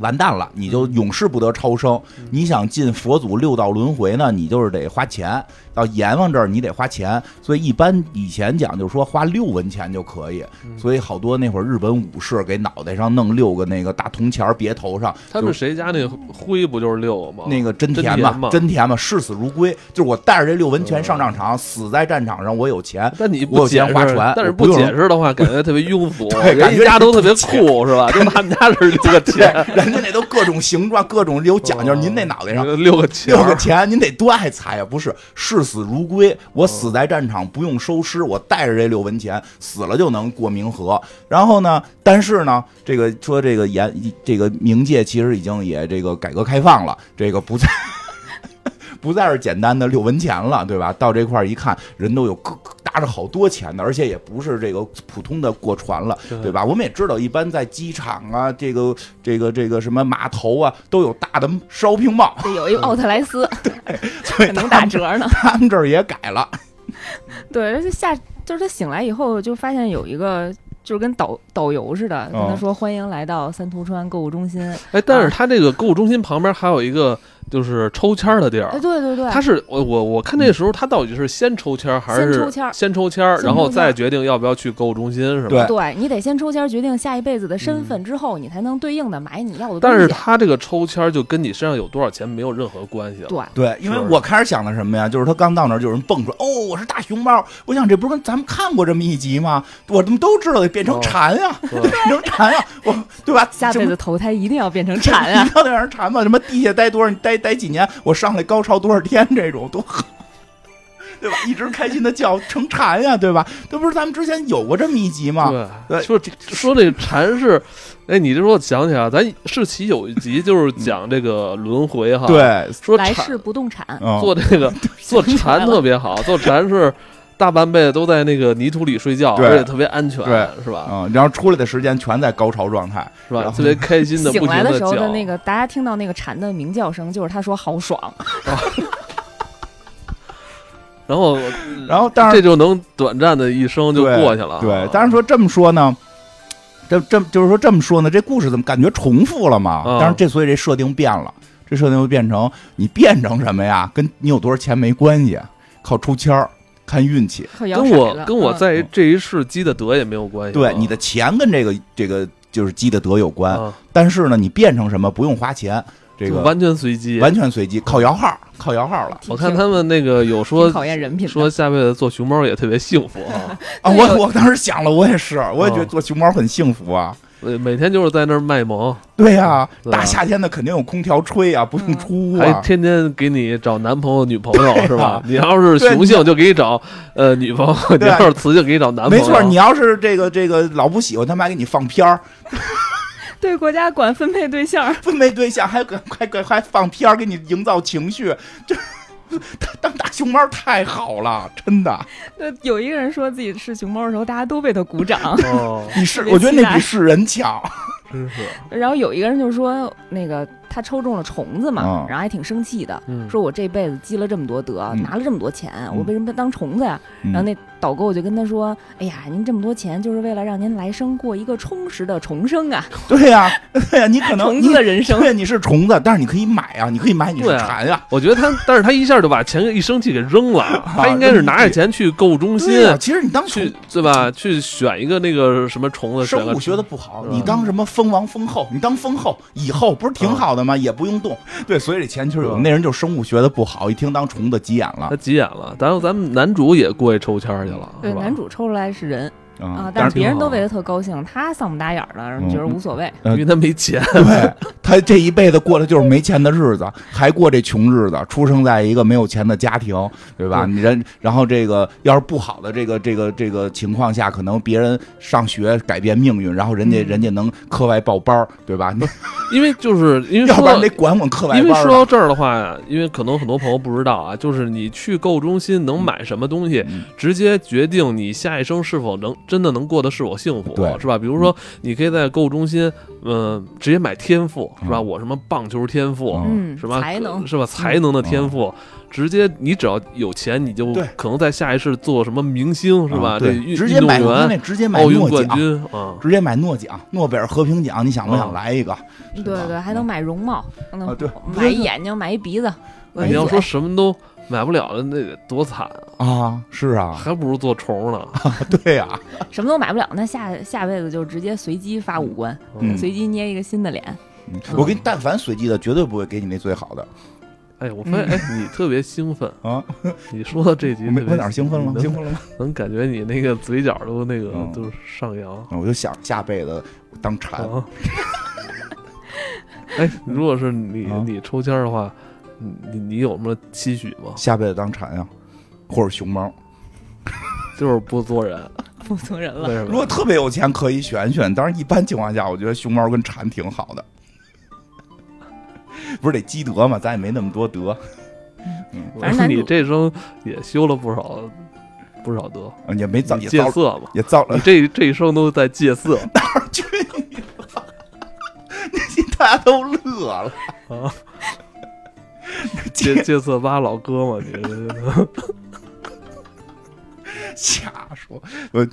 S2: 完蛋了，你就永世不得超生。
S1: 嗯
S2: 你想进佛祖六道轮回呢，你就是得花钱。到阎王这儿你得花钱，所以一般以前讲就是说花六文钱就可以。
S1: 嗯
S2: 所以好多那会儿日本武士给脑袋上弄六个那个大铜钱儿别头上，
S1: 他们谁家那灰不就是六吗？
S2: 那个真
S1: 真
S2: 甜
S1: 甜
S2: 嘛
S1: 嘛，
S2: 真甜嘛，视死如归。就是我带着这六文钱
S1: 嗯
S2: 上战场，死在战场上，我有钱。
S1: 但你
S2: 我
S1: 不
S2: 有
S1: 解
S2: 钱
S1: 释
S2: 划船，
S1: 但是
S2: 我不
S1: 不
S2: 用
S1: 解释的话，感觉特别庸俗，
S2: 对感
S1: 人
S2: 觉
S1: 家都特别
S2: 不解
S1: 酷，是吧？就他们家是六个
S2: 对
S1: 钱，，
S2: 人家那都各种形状，各种有讲究。
S1: 哦
S2: 您那脑袋上
S1: 六个钱
S2: 六，个钱，您得多爱财啊呀！不是，视死如归。我死在战场不用收尸，我带着这六文钱死了就能过冥河。然后呢，但是呢，这个说这个严这个冥界其实已经也这个改革开放了，这个不再。 不再是简单的六文钱了，对吧？到这块儿一看，人都有各大着好多钱的，而且也不是这个普通的过船了，
S1: 对
S2: 对吧？我们也知道，一般在机场啊，这个这个这个什么码头啊，都有大的 shopping mall，
S3: 得有一个奥特莱 斯，
S2: 所以
S3: 还
S2: 他
S3: 能
S2: 们
S3: 打折 呢。
S2: 他们这儿也改了，
S4: 对，而且下就是他醒来以后就发现有一个就是跟导导游似的，跟他
S2: 嗯
S4: 说欢迎来到三屠川购物中心。
S1: 哎，但哦
S3: 啊
S1: 是它这个购物中心旁边还有一个就是抽签儿的地儿
S3: 呃
S4: 哎，，对对对，
S1: 他是我我我看那时候他到底是先抽签儿还是
S3: 先抽签儿
S1: 先抽签儿，
S3: 先抽签儿
S1: 然后再决定要不要去购物中心是吧？
S2: 对
S4: 对你得先抽签决定下一辈子的身份，之后你才能对应的买你要的东
S1: 嗯但
S4: 西。
S1: 是他这个抽签儿就跟你身上有多少钱没有任何关系了。
S4: 对
S2: 对，因为
S1: 是
S2: 我开始想的什么呀？就是他刚到那儿，就有人蹦出来，哦，我是大熊猫。我想这不是跟咱们看过这么一集吗？我怎么都知道得变成蝉呀、
S1: 嗯
S2: 变成蝉呀、我对吧？
S4: 下辈
S2: 什么
S4: 子投胎一定要变成 蝉啊！
S2: 一定要得让人馋嘛，什么地下待多少待待几年，我上来高潮多少天，这种多好，对吧？一直开心的叫成馋呀、对吧？这不是咱们之前有过这么一集吗？
S1: 对，
S2: 对
S1: 说说这禅是，哎，你这说我想起来，咱世奇有一集就是讲这个轮回哈，，
S2: 嗯 对，
S1: 说
S3: 来
S1: 禅
S3: 世不动产，
S2: 嗯，
S1: 做这 个 做禅特别好，做禅是大半辈子都在那个泥土里睡觉，
S2: 对
S1: 而且特别安全，
S2: 对
S1: 是吧？
S2: 嗯，然后出来的时间全在高潮状态，
S1: 是吧？
S2: 然后
S1: 特别开心的，
S4: 醒
S1: 不停
S4: 来
S1: 地
S4: 的时候的
S1: 叫
S4: 那个，大家听到那个蝉的鸣叫声，就是他说好爽，
S1: 然后
S2: 然后但是
S1: 这就能短暂的一生就
S2: 对
S1: 过去了。
S4: 哦
S2: 对，当然说这么说呢，这这就是说这么说呢，这故事怎么感觉重复了嘛？
S1: 嗯
S2: 当然这所以这设定变了，这设定就变成你变成什么呀？跟你有多少钱没关系，靠抽签儿看运气。
S4: 可摇
S1: 跟
S4: 骰
S1: 我
S4: 子
S1: 跟我
S4: 嗯
S1: 在这一世积的德也没有关系啊。
S2: 对，你的钱跟这个这个就是积的德有关，
S1: 啊，
S2: 但是呢，你变成什么不用花钱，这
S1: 就
S2: 个
S1: 完全随机。
S2: 完全随机，靠摇号，靠摇号了
S1: 我看他们那个有说
S4: 挺考验人品的。
S1: 说下辈子做熊猫也特别幸福 啊，
S2: 啊！
S4: 对
S2: 我
S4: 有
S2: 我当时想了，我也是，我也
S1: 嗯
S2: 觉得做熊猫很幸福啊。
S1: 呃每天就是在那儿卖萌，
S2: 对呀、
S1: 对啊
S2: 大夏天的肯定有空调吹啊，不用
S4: 嗯
S2: 出屋
S1: 还
S2: 啊。
S1: 天天给你找男朋友、女朋友是 吧？你要是
S2: 对
S1: 雄性就给你找呃女朋友，你
S2: 对啊
S1: 要是雌性给你找男朋
S2: 没
S1: 友。啊
S2: 错，你要是这个这个老不喜欢，他们还给你放片儿，
S4: 对国家管分配对象，
S2: 分配对象还给 还还还放片儿，给你营造情绪， 这当大熊猫太好了，真 的。
S4: 对有一个人说自己是熊猫的时候，大家都为他鼓掌。
S1: 哦，
S2: 你是
S4: 特别
S2: 我觉得
S4: 期
S2: 那
S4: 待
S2: 比是人强，
S1: 真是，
S4: 然后有一个人就说，那个他抽中了虫子嘛
S2: 嗯，
S4: 然后还挺生气的，
S1: 嗯，
S4: 说我这辈子积了这么多德，
S2: 嗯
S4: 拿了这么多钱，我为什么当虫子呀？
S2: 嗯
S4: 然后那导购就跟他说，哎呀，您这么多钱就是为了让您来生过一个充实的重生啊，
S2: 对呀、 对呀、你可能
S4: 虫
S2: 你
S4: 子的人生。
S2: 对，你是虫子，但是你可以买啊，你可以买你是
S1: 对啊
S2: 蝉啊。
S1: 我觉得他，但是他一下就把钱一生气给扔 了，他应该是拿着钱去购物中心
S2: 对啊，其实你当
S1: 去
S2: 虫
S1: 对吧？去选一个那个什么虫子，选
S2: 生
S1: 个
S2: 物学的不好，
S1: 是吧
S2: 你当什么蜂王蜂 后，你当蜂后以后不是挺好的吗？也不用动。对，所以这钱就是有
S1: 嗯
S2: 那人就生物学的不好，一听当虫子急眼了
S1: 他急眼了，然后咱们男主也过去抽签儿去了，
S4: 对，
S1: 是吧
S4: 男主抽出来是人
S2: 嗯
S4: 啊，但
S2: 但
S4: 是
S2: 是
S4: 别人都
S1: 挺好
S4: 为他特高兴，他丧不打眼儿的，觉得无所谓。
S1: 因为他没钱，
S2: 对他这一辈子过的就是没钱的日子，还过这穷日子，出生在一个没有钱的家庭，对吧？你人然后这个要是不好的这个这个这个情况下，可能别人上学改变命运，然后人家
S4: 嗯
S2: 人家能课外报班儿，对吧？你
S1: 因为就是因为
S2: 要
S1: 说
S2: 不然
S1: 到
S2: 得管管课外
S1: 因为
S2: 班
S1: 说
S2: 儿
S1: 到这儿的话呀，因为可能很多朋友不知道啊，就是你去购物中心能买什么东西，
S2: 嗯
S1: 直接决定你下一生是否能真的能过得是否幸福，
S2: 对
S1: 是吧？比如说，你可以在购物中心，嗯、直接买天赋，是吧？
S2: 嗯
S1: 我什么棒球天赋，
S2: 嗯
S4: 嗯，
S1: 什么
S4: 才能
S1: 是吧？才能的天赋，直接你只要有钱，你就
S2: 对
S1: 可能在下一世做什么明星，是吧？
S2: 啊
S1: 这
S2: 对
S1: 运
S2: 直接买
S1: 运动
S2: 因为
S1: 员、
S2: 直接买
S1: 奥运
S2: 诺
S1: 冠
S2: 奖，
S1: 军啊，
S2: 直接买诺奖、诺贝尔和平奖，你想不想来一个？
S4: 对对，还
S1: 嗯
S4: 能买容貌，还能
S2: 啊对
S4: 买一眼睛，买 一鼻子，
S2: 哎
S1: 你要
S4: 对
S1: 说什么都买不了的，那得多惨啊！
S2: 啊，是啊，
S1: 还不如做虫 呢。啊
S2: 对呀、
S4: 什么都买不了，那下下辈子就直接随机发五官，
S2: 嗯
S4: 随机捏一个新的脸。
S2: 嗯我给你但凡随机的，绝对不会给你那最好的
S1: 哎，我发
S4: 嗯
S1: 现哎，你特别兴奋，
S2: 啊！
S1: 你说到这集
S2: 我没
S1: 特别
S2: 我哪儿兴奋了？
S1: 能
S2: 兴奋了吗？
S1: 能感觉你那个嘴角都那个
S2: 嗯
S1: 都上扬。
S2: 我就想下辈子当蝉，
S4: 哦
S1: 啊！ 哎，如果是你
S2: 啊
S1: 你抽签儿的话，你你你有什么期许吗？
S2: 下辈子当蝉呀，或者熊猫。
S1: 就是不做 人，
S4: 不做人
S1: 为
S4: 了，
S1: 什
S2: 如果
S1: 么？
S2: 特别有钱，可以选选。当然，一般情况下，我觉得熊猫跟蝉挺好的。 不是得积德嘛，咱也没那么多德。
S1: 我
S4: 反正
S1: 说
S4: 男
S1: 你
S4: 主
S1: 这生也修了不少不少得，
S2: 也没造
S1: 你
S2: 也
S1: 戒
S2: 造
S1: 色嘛，
S2: 也造了
S1: 你这这一生都在戒色，
S2: 去你妈！大家都乐了
S1: 啊！戒
S2: 这
S1: 戒色吧老哥嘛，你 这
S2: 瞎说，呃，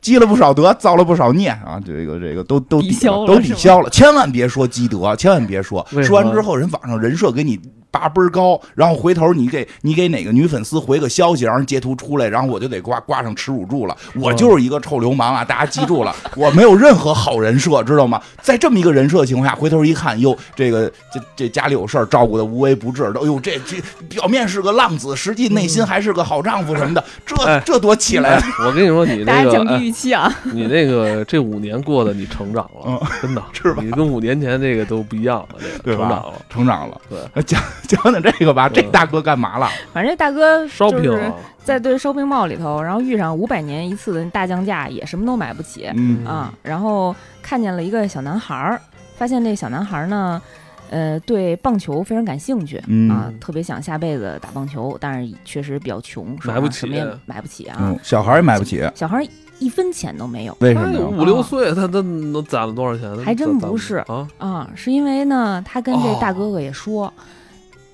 S2: 积了不少德，造了不少孽啊！这个这个都都
S4: 抵
S2: 抵
S4: 消了
S2: 都抵
S4: 是吗
S2: 消了，千万别说积德，千万别说，
S1: 为什
S2: 说完
S1: 么
S2: 之后人网上人设给你。拔倍儿高，然后回头你给你给哪个女粉丝回个消息，让人截图出来，然后我就得挂挂上耻辱柱了。
S4: 嗯
S2: 我就是一个臭流氓啊！大家记住了， 我没有任何好人设，知道吗？在这么一个人设的情况下，回头一看，哟，这个这这家里有事儿，照顾的无微不至，都哟这这表面是个浪子，实际内心还是个好丈夫什么的，
S4: 嗯
S2: 这
S1: 哎
S2: 这多气人啊！
S1: 我跟你说，你
S4: 大
S1: 这
S4: 家
S1: 个
S4: 降低
S1: 哎
S4: 预期啊，
S1: 你那个这五年过的，你成长了，真的
S2: 嗯 是吧
S1: 你跟五年前这个都不一样了，这
S2: 对
S1: 个
S2: 吧
S1: 成长了，
S2: 成长了。
S1: 对
S2: 那 讲讲讲这个吧，这
S1: 嗯
S2: 大哥干嘛了？
S4: 反正这大哥
S1: 烧
S4: 就
S1: 饼
S4: 是
S1: 啊，
S4: 在对烧饼帽里头，然后遇上五百年一次的大降价，也什么都买不起
S2: 嗯
S4: 啊。然后看见了一个小男孩儿，发现这小男孩儿呢，呃，对棒球非常感兴趣。啊
S2: 嗯，
S4: 特别想下辈子打棒球，但是确实比较穷，手
S1: 买不
S4: 上什
S1: 起
S4: 么也买不起啊。
S2: 嗯，小孩儿也买不起，
S4: 小孩儿一分钱都没有
S2: 为什么
S1: 他
S2: 呀？
S1: 哎五六岁，他他能攒了多少钱？
S4: 还真
S1: 攒
S4: 不是
S1: 啊，
S4: 啊，是因为呢，他跟这
S1: 哦
S4: 大哥哥也说，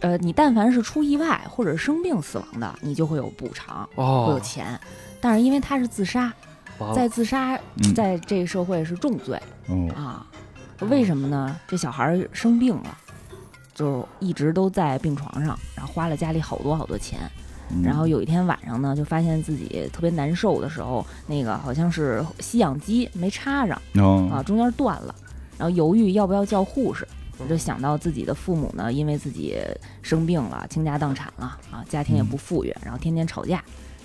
S4: 呃，你但凡是出意外或者生病死亡的，你就会有补偿，会有
S1: 哦，
S4: 钱。但是因为他是自杀，
S1: 完了
S4: 在自杀
S2: 嗯
S4: 在这个社会是重罪
S2: 嗯
S4: 啊。为什么呢？这小孩儿生病了，就一直都在病床上，然后花了家里好多好多钱。
S2: 嗯
S4: 然后有一天晚上呢，就发现自己特别难受的时候，那个好像是吸氧机没插上
S2: 嗯
S4: 啊，中间断了，然后犹豫要不要叫护士。
S2: 嗯
S4: 我就想到自己的父母呢，因为自己生病了，倾家荡产了啊，家
S2: 嗯
S4: 庭也不富裕，然后天天吵架，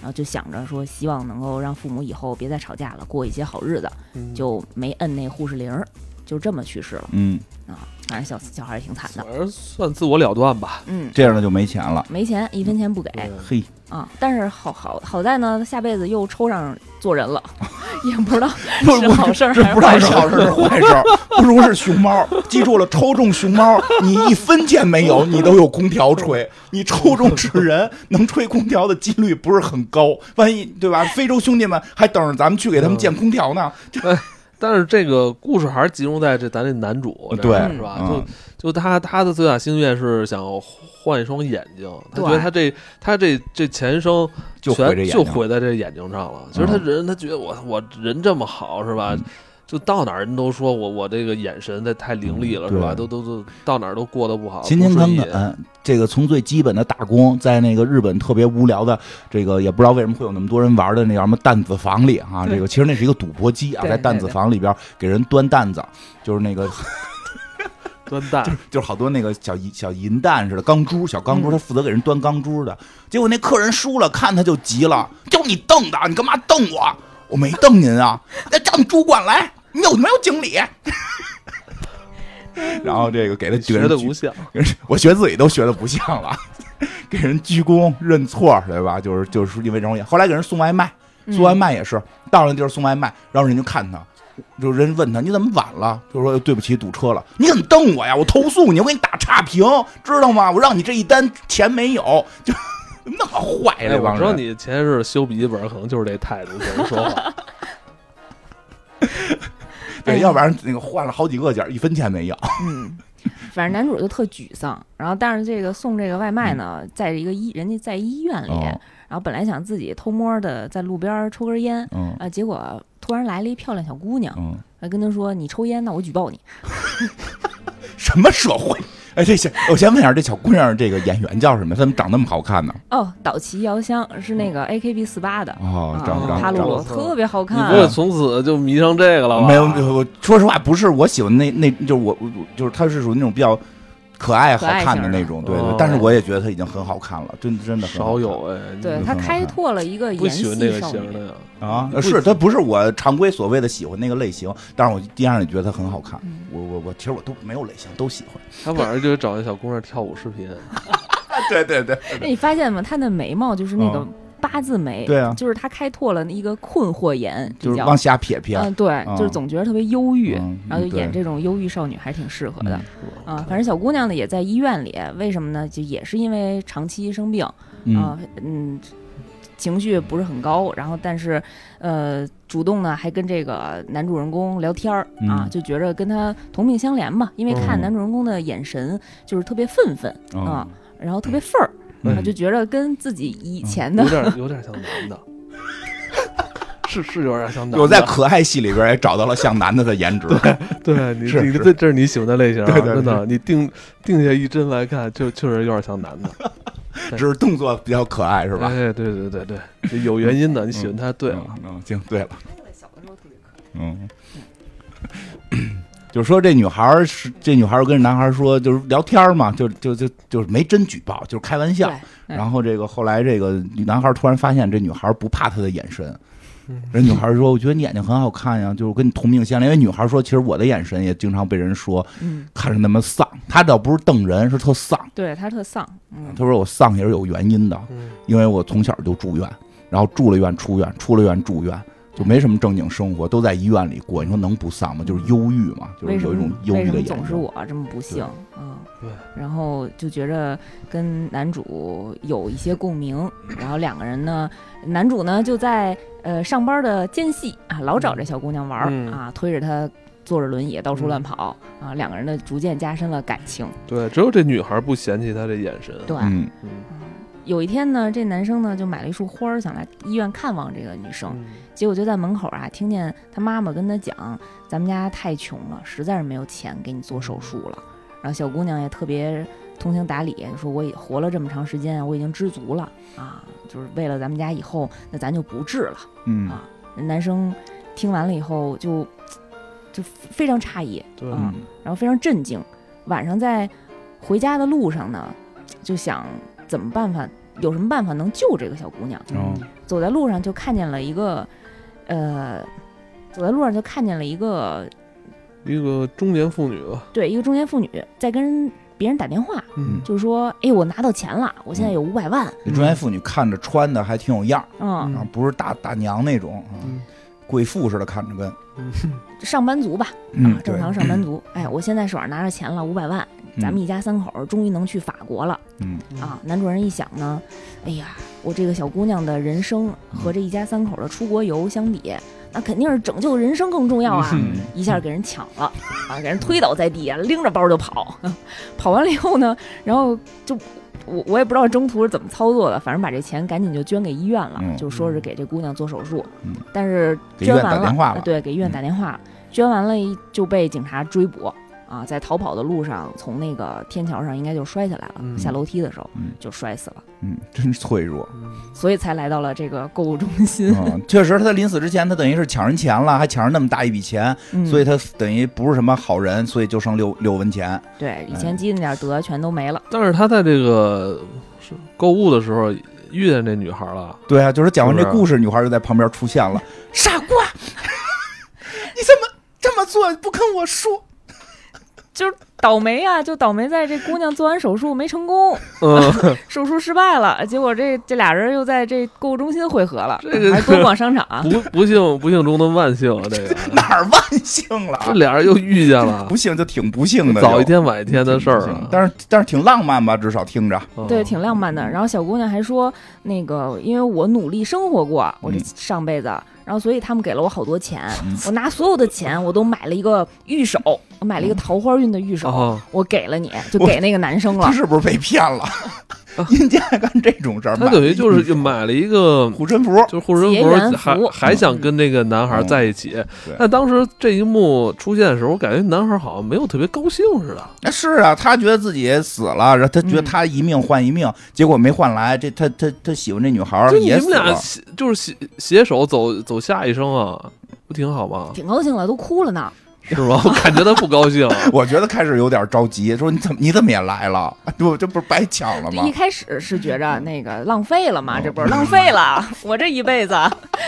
S4: 然后就想着说，希望能够让父母以后别再吵架了，过一些好日子，
S1: 嗯
S4: 就没摁那护士铃儿，就这么去世了
S2: 嗯，
S4: 啊。反正小小孩儿也挺惨的，
S1: 反正算自我了断吧。
S4: 嗯，
S2: 这样的就没钱了。
S4: 没钱一分钱不给，
S2: 嘿，
S4: 啊，但是好好好在呢，下辈子又抽上做人了， 也不知道
S2: 不
S4: 是好事儿
S2: 这
S4: 还
S2: 不
S4: 是
S2: 知道
S4: 坏
S2: 是
S4: 事儿。
S2: 好事儿是坏事儿，不如是熊猫。记住了，抽中熊猫，你一分钱没有，你都有空调吹。你抽中是人，能吹空调的几率不是很高。万一对吧？非洲兄弟们还等着咱们去给他们建空调呢。
S1: 但是这个故事还是集中在这咱这男主这儿
S2: 对
S1: 是吧？
S2: 嗯
S1: 就就他他的最大心愿是想换一双眼睛，他觉得
S4: 对
S1: 他这他这这前生
S2: 就毁这
S1: 全
S2: 眼
S1: 就
S2: 睛
S1: 毁在这眼睛上了。其实他人他觉得我我人这么好是吧
S2: 嗯？
S1: 就到哪儿人都说我我这个眼神这太凌厉了
S2: 嗯
S1: 是吧？都
S2: 对
S1: 都都到哪儿都过得不好，
S2: 勤勤
S1: 不顺
S2: 恳
S1: 意
S2: 恳，呃这个从最基本的打工，在那个日本特别无聊的这个，也不知道为什么会有那么多人玩的那叫什么担子房里啊，
S4: 对
S2: 这个其实那是一个赌博机啊，
S4: 对
S2: 在担子房里边给人端担子，就是那个
S1: 端蛋，
S2: 就是好多那个小银小银蛋似的钢珠，小
S4: 嗯
S2: 钢珠，他负责给人端钢珠的。结果那客人输了，看他就急了，就你瞪的，你干嘛瞪我？我没瞪您啊，那叫你主管来，你有没有经理？ 然后这个给他
S1: 学的
S2: 举
S1: 不像。
S2: 我学自己都学的不像了， 给人鞠躬认错，对吧？就是就是因为这种也，后来给人送外卖，送外卖也是、到了地儿送外卖，然后人就看他，就人问他你怎么晚了，就说哎对不起堵车了，你怎么瞪我呀？我投诉你，我给你打差评，知道吗？我让你这一单钱没有， 就那么坏
S1: 哎，
S2: 这
S1: 我
S2: 帮
S1: 知道
S2: 人。
S1: 你前世修笔记本可能就是这态 度，怎么说话？
S2: 对，要不然那个换了好几个家，一分 钱没要。
S4: 嗯，反正男主就特沮丧。然后，但是这个送这个外卖呢，在一个医人家在医院里，
S2: 嗯哦
S4: 然后本来想自己偷摸的在路边儿抽根烟，
S2: 嗯
S4: 啊，结果突然来了一漂亮小姑娘，
S2: 嗯，
S4: 还跟他说：“你抽烟，那我举报你。
S2: 什么社会？哎，这小我先问一下，这小姑娘这个演员叫什么？她怎么长那么好看呢？”
S4: 哦，岛崎遥香是那个 AKB 四八的。
S2: 哦，长
S1: 啊
S2: 长
S4: 帕
S2: 长
S4: 鲁
S1: 长
S4: 鲁
S1: 得
S4: 特别好
S1: 你不会
S4: 看，
S1: 从此就迷上这个了吧？
S2: 没有，我说实话，不是我喜欢那那，就是我我就是他是属于那种比较可爱好
S4: 可爱型
S2: 看的
S4: 的
S2: 那种，对对。
S1: 哦
S2: 但是我也觉得他已经很好看了，真真的很好
S1: 少
S2: 看
S1: 有哎，你
S4: 对
S2: 嗯
S4: 他
S2: 很好
S4: 开
S2: 看
S4: 拓了一个
S1: 不
S4: 演
S1: 喜欢这
S4: 戏
S1: 个
S4: 少
S1: 型
S4: 女，
S1: 的呀。
S2: 啊，
S1: 不
S2: 是他不是我常规所谓的喜欢那个类型，但是我第一眼也觉得他很好看。
S4: 嗯
S2: 我我我，其实我都没有类型，都喜 欢。
S1: 他晚上就找那小姑娘跳舞视频，
S2: 对对对，
S4: 哎那你发现吗？他的眉毛就是那个
S2: 嗯
S4: 八字眉，
S2: 对啊
S4: 就是他开拓了一个困惑眼，
S2: 就
S4: 比
S2: 是
S4: 较
S2: 往下撇撇。
S4: 嗯，对，
S2: 嗯
S4: 就是总觉得特别忧郁，
S2: 嗯
S4: 然后就演
S2: 对
S4: 这种忧郁少女还挺适合的
S2: 嗯。
S4: 啊，反正小姑娘呢也在医院里，为什么呢？就也是因为长期生病，
S2: 嗯
S4: 啊，嗯，情绪不是很高，然后但是，呃，主动呢还跟这个男主人公聊天儿啊
S2: 嗯，
S4: 就觉着跟他同命相连吧，因为看
S2: 嗯
S4: 男主人公的眼神就是特别愤愤啊，然后特别愤儿，
S2: 嗯
S4: 他就觉着跟自己以前的
S1: 有点有点像男的，是是有点像男的。
S2: 我在可爱系里边也找到了像男的的颜值，
S1: 对你
S2: 是
S1: 你
S2: 是
S1: 这这是你喜欢的类型啊，
S2: 对对
S1: 真的，你定定下一帧来看，就确实有点像男的，
S2: 只是动作比较可爱，是吧？
S1: 哎，对对对对，这有原因的，你喜欢他，对了，
S2: 嗯，嗯，行，对了，
S4: 小的时候特别可爱，
S2: 嗯。 就说这女孩儿是这女孩儿跟男孩儿说，就是聊天儿嘛，就就就就是没真举报，就是开玩笑。
S4: 对
S2: 然后这个后来这个男孩儿突然发现这女孩儿不怕他的眼神，人女孩儿说：“我觉得你眼睛很好看呀，就是我跟你同命相连。”因为女孩儿说，其实我的眼神也经常被人说
S4: 嗯，
S2: 看着那么丧，她倒不是瞪人，是特丧。
S4: 对他特丧，嗯，
S2: 她说我丧也是有原因的，
S1: 嗯，
S2: 因为我从小就住院，然后住了院出院，出了院住院，就没什么正经生活，都在医院里过。你说能不丧吗？就是忧郁嘛，就是
S4: 为什
S2: 有一种
S4: 么
S2: 忧
S4: 为
S2: 郁
S4: 什
S2: 的
S4: 么
S2: 眼
S4: 总是
S2: 神。
S4: 我啊这么不幸？嗯，
S1: 对。
S4: 然后就觉着跟男主有一些共 鸣，然后两个人呢，男主呢就在呃上班的间隙啊，老找这小姑娘玩儿、
S1: 嗯
S4: 啊，推着她坐着轮椅到
S2: 嗯
S4: 处乱跑、啊，两个人呢逐渐加深了感情。
S1: 对，只有这女孩不嫌弃他这眼神，
S4: 对，
S2: 嗯
S1: 嗯，
S4: 有一天呢，这男生呢就买了一束花儿，想来医院看望这个女生。
S1: 嗯，
S4: 结果就在门口啊，听见他妈妈跟他讲，咱们家太穷了，实在是没有钱给你做手术了。然后小姑娘也特别通情达理，说我也活了这么长时间，我已经知足了啊，就是为了咱们家以后，那咱就不治了。
S2: 嗯
S4: 啊男生听完了以后就就非常诧异，
S1: 对，
S4: 嗯然后非常震惊。晚上在回家的路上呢，就想怎么办法，有什么办法能救这个小姑娘？
S2: 哦
S4: 走在路上就看见了一个，呃，走在路上就看见了一个，
S1: 一个中年妇女吧，
S4: 对，一个中年妇女在跟别人打电话，
S1: 嗯，
S4: 就说：“哎，我拿到钱了，我
S2: 嗯
S4: 现在有五百万。
S2: 这中年妇女看着穿的还挺有样儿，
S4: 嗯，
S2: 啊，不是大大娘那种啊，
S1: 嗯
S2: 贵妇似的看着跟
S4: 上班族吧，啊，正
S2: 嗯对
S4: 常
S2: 嗯
S4: 上班族。哎，我现在手上拿着钱了，五百万，咱们一家三口儿终于能去法国了。
S2: 嗯
S4: 啊，男主人一想呢，哎呀，我这个小姑娘的人生和这一家三口的出国游相比，那肯定是拯救人生更重要啊！
S1: 嗯
S4: 一下给人抢了，啊，给人推倒在地，拎着包就跑， 跑完了以后呢，然后就我我也不知道中途是怎么操作的，反正把这钱赶紧就捐给医院了，
S2: 嗯
S4: 就说是给这姑娘做手术，
S2: 嗯
S4: 但是
S2: 给医
S4: 捐
S2: 院
S4: 完
S2: 打
S4: 了，
S2: 电话了嗯
S4: 啊对，给医院打电话了，捐完了就被警察追捕。啊，在逃跑的路上，从那个天桥上应该就摔下来了，
S1: 嗯
S4: 下楼梯的时候
S2: 嗯
S4: 就摔死了，
S2: 嗯，真脆弱。
S1: 嗯
S4: 所以才来到了这个购物中心。
S2: 嗯，确实，他在临死之前，他等于是抢人钱了，还抢人那么大一笔钱，
S4: 嗯，
S2: 所以他等于不是什么好人，所以就剩六六文钱。
S4: 对以
S2: 哎
S4: 前积那点德全都没了。
S1: 但是他在这个是购物的时候遇见这女孩了，
S2: 对啊，就是讲完这
S1: 是不是
S2: 故事，女孩就在旁边出现了，傻瓜，你怎么这么做不跟我说？
S4: 就是倒霉啊，就倒霉在这姑娘做完手术没成功，
S1: 嗯，
S4: 手术失败了，结果这这俩人又在这购物中心汇合了，
S1: 这个
S4: 还多逛商场。
S1: 不不幸不幸中的万幸啊，这个
S2: 哪儿万幸了
S1: 这？俩人又遇见了
S2: 不，幸就挺不幸的，
S1: 早一
S2: 就
S1: 天晚一天的事儿啊，
S2: 但是但是挺浪漫吧，至少听着。
S1: 嗯
S4: 对，挺浪漫的。然后小姑娘还说，那个因为我努力生活过，我这
S2: 嗯
S4: 上辈子，然后所以他们给了我好多钱
S2: 嗯，
S4: 我拿所有的钱我都买了一个玉手，我买了一个桃花运的玉手，
S1: 哦，
S4: 我给了你，就
S2: 嗯我
S4: 给那个男生了
S2: 他。是不是被骗了？ 阴间还干这种事儿，
S1: 他等于就是买了一个
S2: 护身符，
S1: 就是护身
S4: 结缘
S1: 符，还
S4: 符
S1: 还想跟这个男孩在一起
S2: 嗯对。
S1: 但当时这一幕出现的时候，我感觉男孩好像没有特别高兴似的。
S2: 那是啊，他觉得自己死了，然后他觉得
S4: 嗯
S2: 他一命换一命，结果没换来。这他他他喜欢这女孩儿
S1: 就你
S2: 也
S1: 们
S2: 死
S1: 俩
S2: 了，
S1: 携就是携携手走走下一生啊，不挺好吗？
S4: 挺高兴了，都哭了呢。
S1: 是吗？我感觉他不高 兴。
S2: 我觉得开始有点着急，说你怎么你怎么也来了？ 我这不是白抢了
S4: 就
S2: 吗
S4: 一？开始是觉着那个浪费了嘛，
S2: 嗯
S4: 这不是浪费了，我这一辈子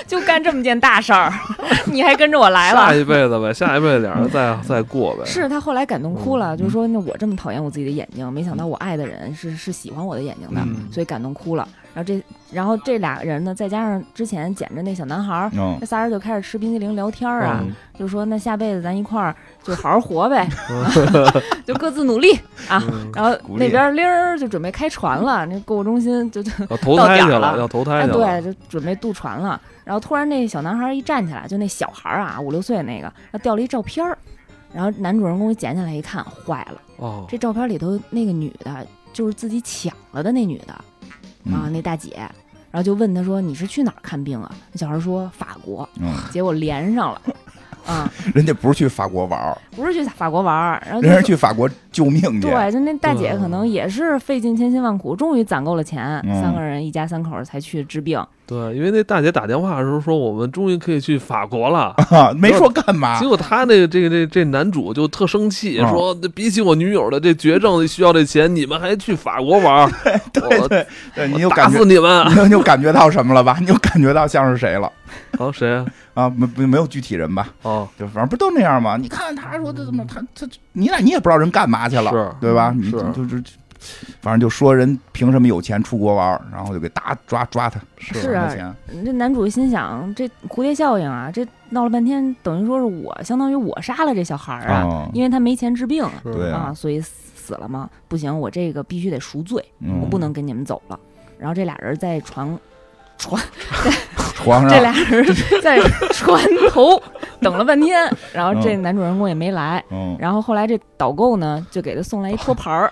S4: 就干这么件大事儿， 你还跟着我来
S1: 下
S4: 了。
S1: 一辈子呗， 下一辈子俩人再再过呗。
S4: 是他后来感动哭了，
S2: 嗯
S4: 就说那我这么讨厌我自己的眼睛，没想到我爱的人是是喜欢我的眼睛的，
S1: 嗯
S4: 所以感动哭了。然后这然后这俩人呢，再加上之前捡着那小男孩儿，
S2: 嗯
S4: 这仨人就开始吃冰激凌聊天儿啊，
S2: 哦
S1: 嗯
S4: 就说那下辈子咱一块儿就好好 活呗，就各自努力 啊。
S1: 嗯
S4: 然后
S2: 鼓励
S4: 那边铃儿就准备开船了，那购物中心就就
S1: 要投胎去
S4: 到点儿
S1: 了，
S4: 了
S1: 要投胎
S4: 哎
S1: 去了
S4: 对，，就准备渡船了。然后突然那小男孩一站起来，就那小孩儿啊，五六岁那个，然后掉了一照片儿。然后男主人公一捡起来一看，坏了，
S1: 哦，
S4: 这照片里头那个女的，就是自己抢了的那女的。啊，
S2: 嗯
S4: 那大姐，然后就问他说：“你是去哪儿看病啊？”那小孩说：“法国。
S2: 嗯，”
S4: 结果连上了，啊，
S2: 人家不是去法国玩儿，
S4: 不是去法国玩儿，然后就
S2: 人家是去法国救命去。
S4: 对，就那大姐
S1: 对
S4: 可能也是费尽千辛万苦，终于攒够了钱，
S2: 嗯
S4: 三个人一家三口儿才去治病。
S1: 对，因为那大姐打电话的时候说，我们终于可以去法国 了。
S2: 啊，没说干嘛
S1: 结。果他那个这个这这男主就特生气，
S2: 嗯
S1: 说比起我女友的这绝症需要这钱，你们还去法国玩 儿，
S2: 对对对，你就
S1: 我打
S2: 感觉
S1: 死，你们！
S2: 你就你就感觉到什么了吧？你就感觉到像是谁了
S1: 啊，谁啊？
S2: 啊？没没没有具体人吧？
S1: 哦，
S2: 就反正不都那样吗？你看他说的怎么，他他你俩你也不知道人干嘛去了，
S1: 是
S2: 对吧？你
S1: 是
S2: 就就就反正就说人凭什么有钱出国玩儿，然后就给打抓抓他，
S4: 是啊
S2: 没钱，
S4: 这男主心想：这蝴蝶效应啊，这闹了半天，等于说是我，相当于我杀了这小孩儿啊，
S2: 哦
S4: 因为他没钱治病啊，
S1: 是
S2: 对啊
S4: 所以死死了嘛。不行，我这个必须得赎罪，
S2: 嗯啊
S4: 我不能跟你们走了。然后这俩人在床
S2: 嗯床
S4: 这
S2: 上，
S4: 俩人在船头等了半天，然后这男主人公也没来。
S2: 嗯，
S4: 然后后来这导购呢，就给他送来一托 盘儿，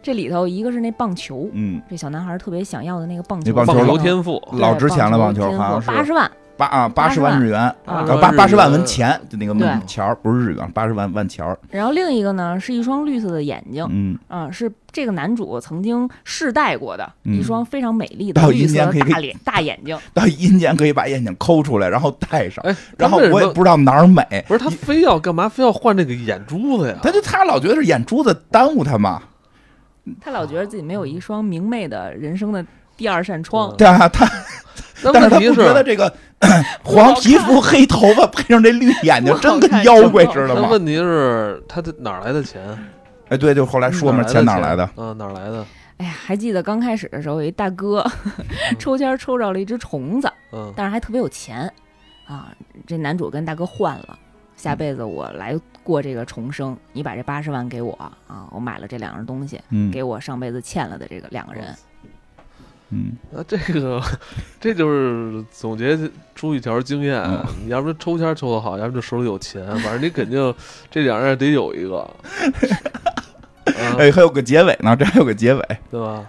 S4: 这里头一个是那棒球，
S2: 嗯，
S4: 这小男孩特别想要的那个棒球，
S2: 那棒
S1: 棒球
S2: 老
S1: 天赋，
S4: 对
S2: 老值钱了棒
S4: 棒
S2: 球好像是
S4: 八十万，
S2: 八啊八十
S4: 80
S2: 万
S4: 万
S2: 日元，
S4: 啊
S2: 呃八八十万文
S1: 钱，
S2: 钱，就那个
S4: 对
S2: 文钱儿不是日元，八十万万钱儿，
S4: 然后另一个呢是一双绿色的眼睛，
S2: 嗯，
S4: 啊、是这个男主曾经试戴过的、
S2: 嗯
S4: 一双非常美丽的
S2: 到
S4: 绿
S2: 阴间
S4: 色
S2: 可以
S4: 的大脸大眼睛，
S2: 到阴间可以把眼睛抠出来，然后戴上，
S1: 哎，
S2: 然后
S1: 他为
S2: 我
S1: 什
S2: 也
S1: 么
S2: 不知道哪儿美，
S1: 不是他非要干嘛？非要换这个眼珠子呀？
S2: 他就他老觉得是眼珠子耽误他嘛，
S4: 他老觉得自己没有一双明媚的人生的第二扇窗
S1: 嗯，
S2: 对啊，他
S1: 那
S2: 但是
S1: 问
S2: 他
S1: 题
S2: 不觉得这个黄皮肤、黑头发配上这绿眼睛，
S4: 不好
S2: 真
S4: 看
S2: 跟妖怪
S4: 真
S2: 似的
S1: 那
S2: 吗？
S1: 问题是他这哪儿来的钱？
S2: 哎，对，就后来说嘛，钱哪儿来的？？
S1: 啊，哪儿来的？
S4: 哎呀，还记得刚开始的时候，有一大哥
S2: 嗯
S4: 抽签儿抽着了一只虫子，
S1: 嗯，
S4: 但是还特别有钱啊。这男主跟大哥换了，下辈子我来过这个重生，你把这八十万给我啊，我买了这两样东西，
S2: 嗯
S4: 给我上辈子欠了的这个两个人。
S2: 嗯，
S1: 那啊这个，这就是总结出一条经验啊
S2: 嗯。
S1: 你要不然抽签抽的好，要不然就手里有钱，反正你肯定这两样得有一 个，啊，
S2: 哎，还有个结尾呢，这还有个结尾，
S1: 对吧？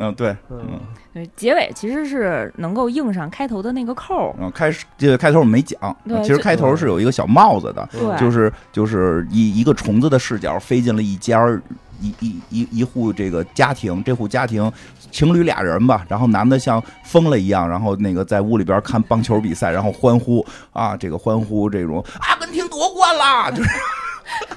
S2: 嗯，对，嗯
S1: 嗯，
S4: 对，结尾其实是能够应上开头的那个扣儿，
S2: 然后嗯开始这个开头我没讲，
S4: 对
S2: 其实
S4: 就
S2: 开头是有一个小帽子的，
S4: 对
S1: 嗯
S2: 就是就是以一个虫子的视角飞进了一家儿一一一一户这个家庭，这户家庭情侣俩人吧，然后男的像疯了一样，然后那个在屋里边看棒球比赛，然后欢呼啊，这个欢呼这种阿根廷夺冠啦，就是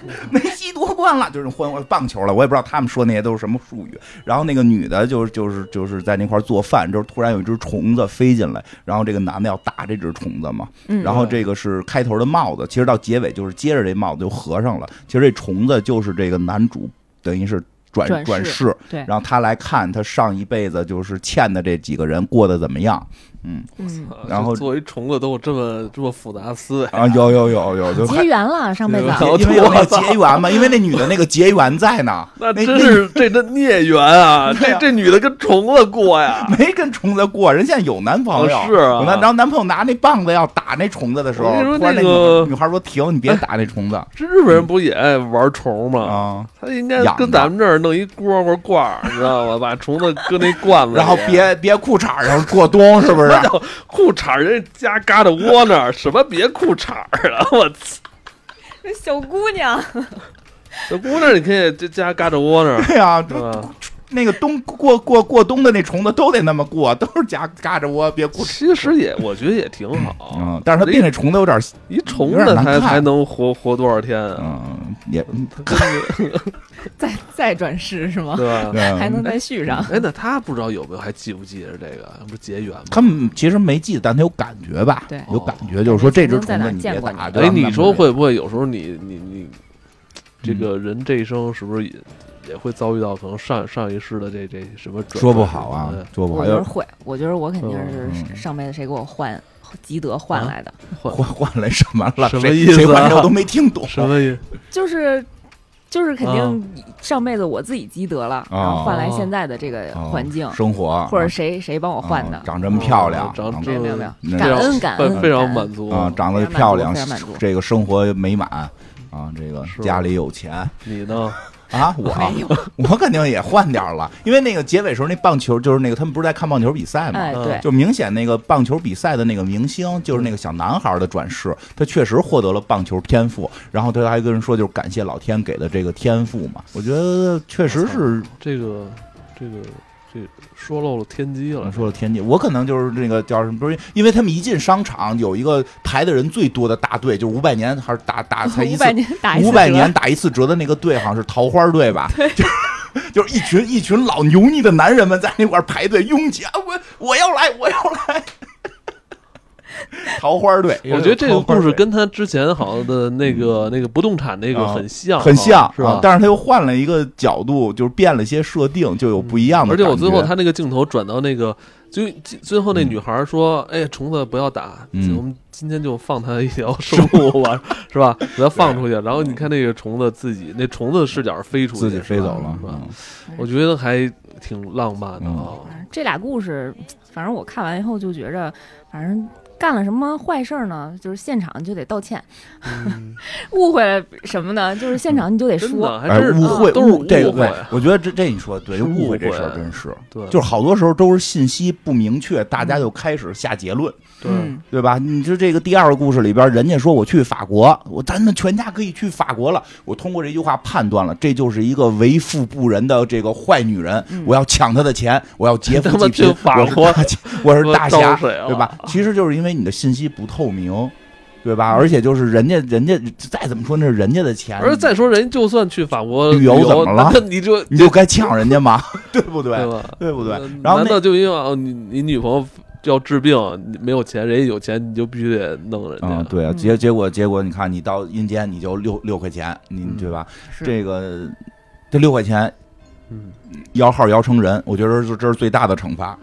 S2: 梅西夺冠了，就是欢呼棒球了，我也不知道他们说那些都是什么术语。然后那个女的就是就是就是在那块儿做饭，就是突然有一只虫子飞进来，然后这个男的要打这只虫子嘛，
S4: 嗯
S2: 然后这个是开头的帽子，其实到结尾就是接着这帽子就合上了。其实这虫子就是这个男主，等于是转
S4: 转世
S2: 转世，
S4: 对
S2: 然后他来看他上一辈子就是欠的这几个人过得怎么 样。
S4: 嗯，
S1: 啊
S2: 然后
S1: 就作为虫子都有这么这么复杂思维
S2: 啊，有有有有，就
S4: 结缘了上辈子
S1: 结缘。
S2: 因为因为有那个结缘嘛，因为那女的那个结缘在 呢，
S1: 那
S2: 那
S1: 真是这这孽缘 啊！
S2: 哎对
S1: 这
S2: 啊
S1: 这女的跟虫子过呀！
S2: 没跟虫子过，人现在有男朋友，
S1: 哦是啊
S2: 有男然后男朋友拿那棒子要打那虫子的时候，
S1: 我跟你说
S2: 突然那
S1: 那个
S2: 女女孩说：“停，你别打那虫子
S1: 这日本人不也爱玩虫吗？
S2: 啊！”
S1: 他应该
S2: 养
S1: 跟
S2: 的
S1: 咱们这儿弄一蝈蝈罐儿，你知道吗？ 把虫子搁那罐子里，
S2: 然后 别别裤衩上过冬，是不是？
S1: 裤衩儿人家嘎的窝那儿，什么别裤衩儿啊！我操，
S4: 这小姑娘，
S1: 这姑娘你可以这家嘎着窝那 儿，
S2: 对啊，
S1: 是吧？
S2: 那个冬过过过冬的那虫子都得那么过，都是夹嘎着窝，别过。
S1: 其实也我觉得也挺好，
S2: 嗯，但是它变那虫子有点，
S1: 一虫
S2: 有
S1: 子
S2: 点难
S1: 才
S2: 看
S1: 才能活活多少天啊？
S2: 嗯，也
S1: 真的
S4: 再再转世是吗？
S1: 对 吧？
S4: 还能
S2: 嗯，
S4: 再续上？
S1: 哎，那他不知道有没有还记不记着这个？不是结缘吗？
S2: 他们其实没记，但他有感觉吧？
S4: 对
S2: 有感觉，就是说这只虫子你别
S1: 哎
S4: 曾经在哪
S2: 打。对
S4: 儿见过
S2: 吧
S4: 你
S1: 哎，你说会不会有时候你你你这个人这一生是不是也也会遭遇到可能上上一世的这这什么转
S2: 说不好啊
S1: 嗯，
S2: 说不好，
S4: 我觉得
S2: 要
S4: 会，我觉得我肯定
S2: 嗯
S4: 是上辈子谁给我换积德换
S1: 啊
S4: 来的，
S1: 换
S2: 换换来什么了？
S1: 什么
S2: 谁
S1: 意思啊
S2: 谁换我都没听懂。
S1: 什么意思？
S4: 就是就是肯
S1: 啊
S4: 定上辈子我自己积德了，然后
S2: 啊
S4: 换来
S1: 哦
S4: 现在的这个
S2: 哦
S4: 环境，
S2: 生活
S4: 或者谁谁帮我
S2: 我
S4: 换的，
S2: 啊长这么漂亮，
S1: 哦长
S2: 啊
S1: 长
S4: 没有没有没
S2: 那
S4: 有，感恩感
S1: 非
S4: 恩，
S1: 非常
S4: 感恩
S1: 满足
S2: 啊，长得
S4: 非常满足
S2: 漂亮
S4: 非常满足，
S2: 这个生活美满啊，这个
S1: 是
S2: 家里有钱
S1: 你呢？
S2: 啊， 我我肯定也换点儿了，因为那个结尾时候那棒球就是那个他们不是在看棒球比赛吗？
S4: 哎
S1: 嗯
S4: 对，
S2: 就明显那个棒球比赛的那个明星，就是那个小男孩的转世，他确实获得了棒球天赋。然后他还跟人说，就是感谢老天给的这个天赋嘛。我觉得确实是
S1: 这个这个这说漏了天机
S2: 怎么
S1: 了，
S2: 说的天界，我可能就是那个叫什么，不是因为他们一进商场有一个排的人最多的大队，就是五百年还是打打才一
S4: 五
S2: 次
S4: 百年打一次
S2: 五百
S4: 折
S2: 年打一次折的那个队，好像是桃花队吧？对，就是一群一群老油腻的男人们在那块儿排队拥挤啊！我我要来，我要来。 桃花队，
S1: 我觉得这个故事
S2: 桃花队
S1: 跟他之前好像的那个那个不动产那个
S2: 啊
S1: 很像，
S2: 很像，
S1: 是吧
S2: 啊？但是他又换了一个角度，就是变了一些设定，就有不一样
S1: 嗯
S2: 的
S1: 而
S2: 感觉。
S1: 且我最后他那个镜头转到那个，就最最后那女孩说：“哎，虫子不要打，
S2: 嗯
S1: 我们今天就放它一条生路 吧，是吧？给它放出去。”然后你看那个虫子自己，那虫子的视角飞出去，
S2: 自己飞
S1: 是吧
S2: 走了，
S1: 是吧
S2: 嗯
S1: 我觉得还挺浪漫的啊。
S4: 这俩故事，反正我看完以后就觉着，反正干了什么坏事儿呢，就是现场就得道歉，
S1: 嗯
S4: 误会了什么呢？就是现场你就得
S1: 真
S4: 说，
S1: 的还
S2: 哎，
S1: 真是
S2: 误会，
S1: 都是
S2: 误这个
S1: 误会啊
S2: 对，我觉得这这你说的对，
S1: 是
S2: 误
S1: 误
S2: 会这
S1: 会啊
S2: 事儿真是，
S1: 对，
S2: 就是好多时候都是信息不明确，大家就开始下结论。
S1: 对。
S4: 嗯，
S2: 对吧？你就这个第二个故事里边，人家说我去法国，我咱们全家可以去法国了。我通过这句话判断了，这就是一个为富不仁的这个坏女人，我要抢她的钱，我要劫富
S1: 他妈
S2: 济贫。
S1: 嗯去法
S2: 我是
S1: 国
S2: 大侠我是大
S1: 我啊
S2: 侠
S1: 招谁，了
S2: 对吧？其实就是因为你的信息不透明，对吧？而且就是人家人家再怎么说那是人家的钱，
S1: 而再说，人就算去法国
S2: 旅游怎么了
S1: 那你就
S2: 你就该呛人家 嘛，对不对？
S1: 对吧？
S2: 对不对
S1: 呃？
S2: 然后
S1: 难
S2: 那
S1: 道就因为哦你你女朋友要治病，你没有钱，人家有钱，你就必须得弄人家？
S2: 嗯，对啊，
S4: 嗯
S2: 结结果结果，你看你到阴间你就六六块钱，你
S1: 嗯
S2: 对吧？
S4: 是
S2: 这个这六块钱
S1: 嗯，
S2: 摇号摇成人，我觉得这这是最大的惩罚，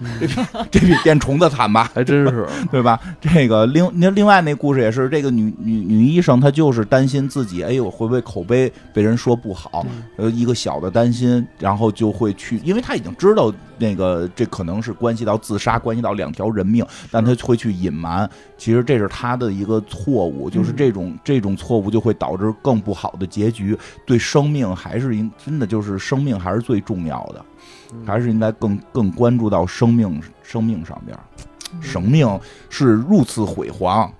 S2: 这比电虫子惨吧，
S1: 还真是。
S2: 对吧？这个另那另外那故事也是，这个女女女医生她就是担心自己，哎呦会不会口碑被人说不好，呃一个小的担心，然后就会去，因为她已经知道那个这可能是关系到自杀，关系到两条人命，但她会去隐瞒。其实这是她的一个错误，就是这种、这种错误就会导致更不好的结局。对生命还是应真的就是生命还是最重要的，
S1: 嗯
S2: 还是应该更更关注到生命生命上边儿。生命是如此辉煌，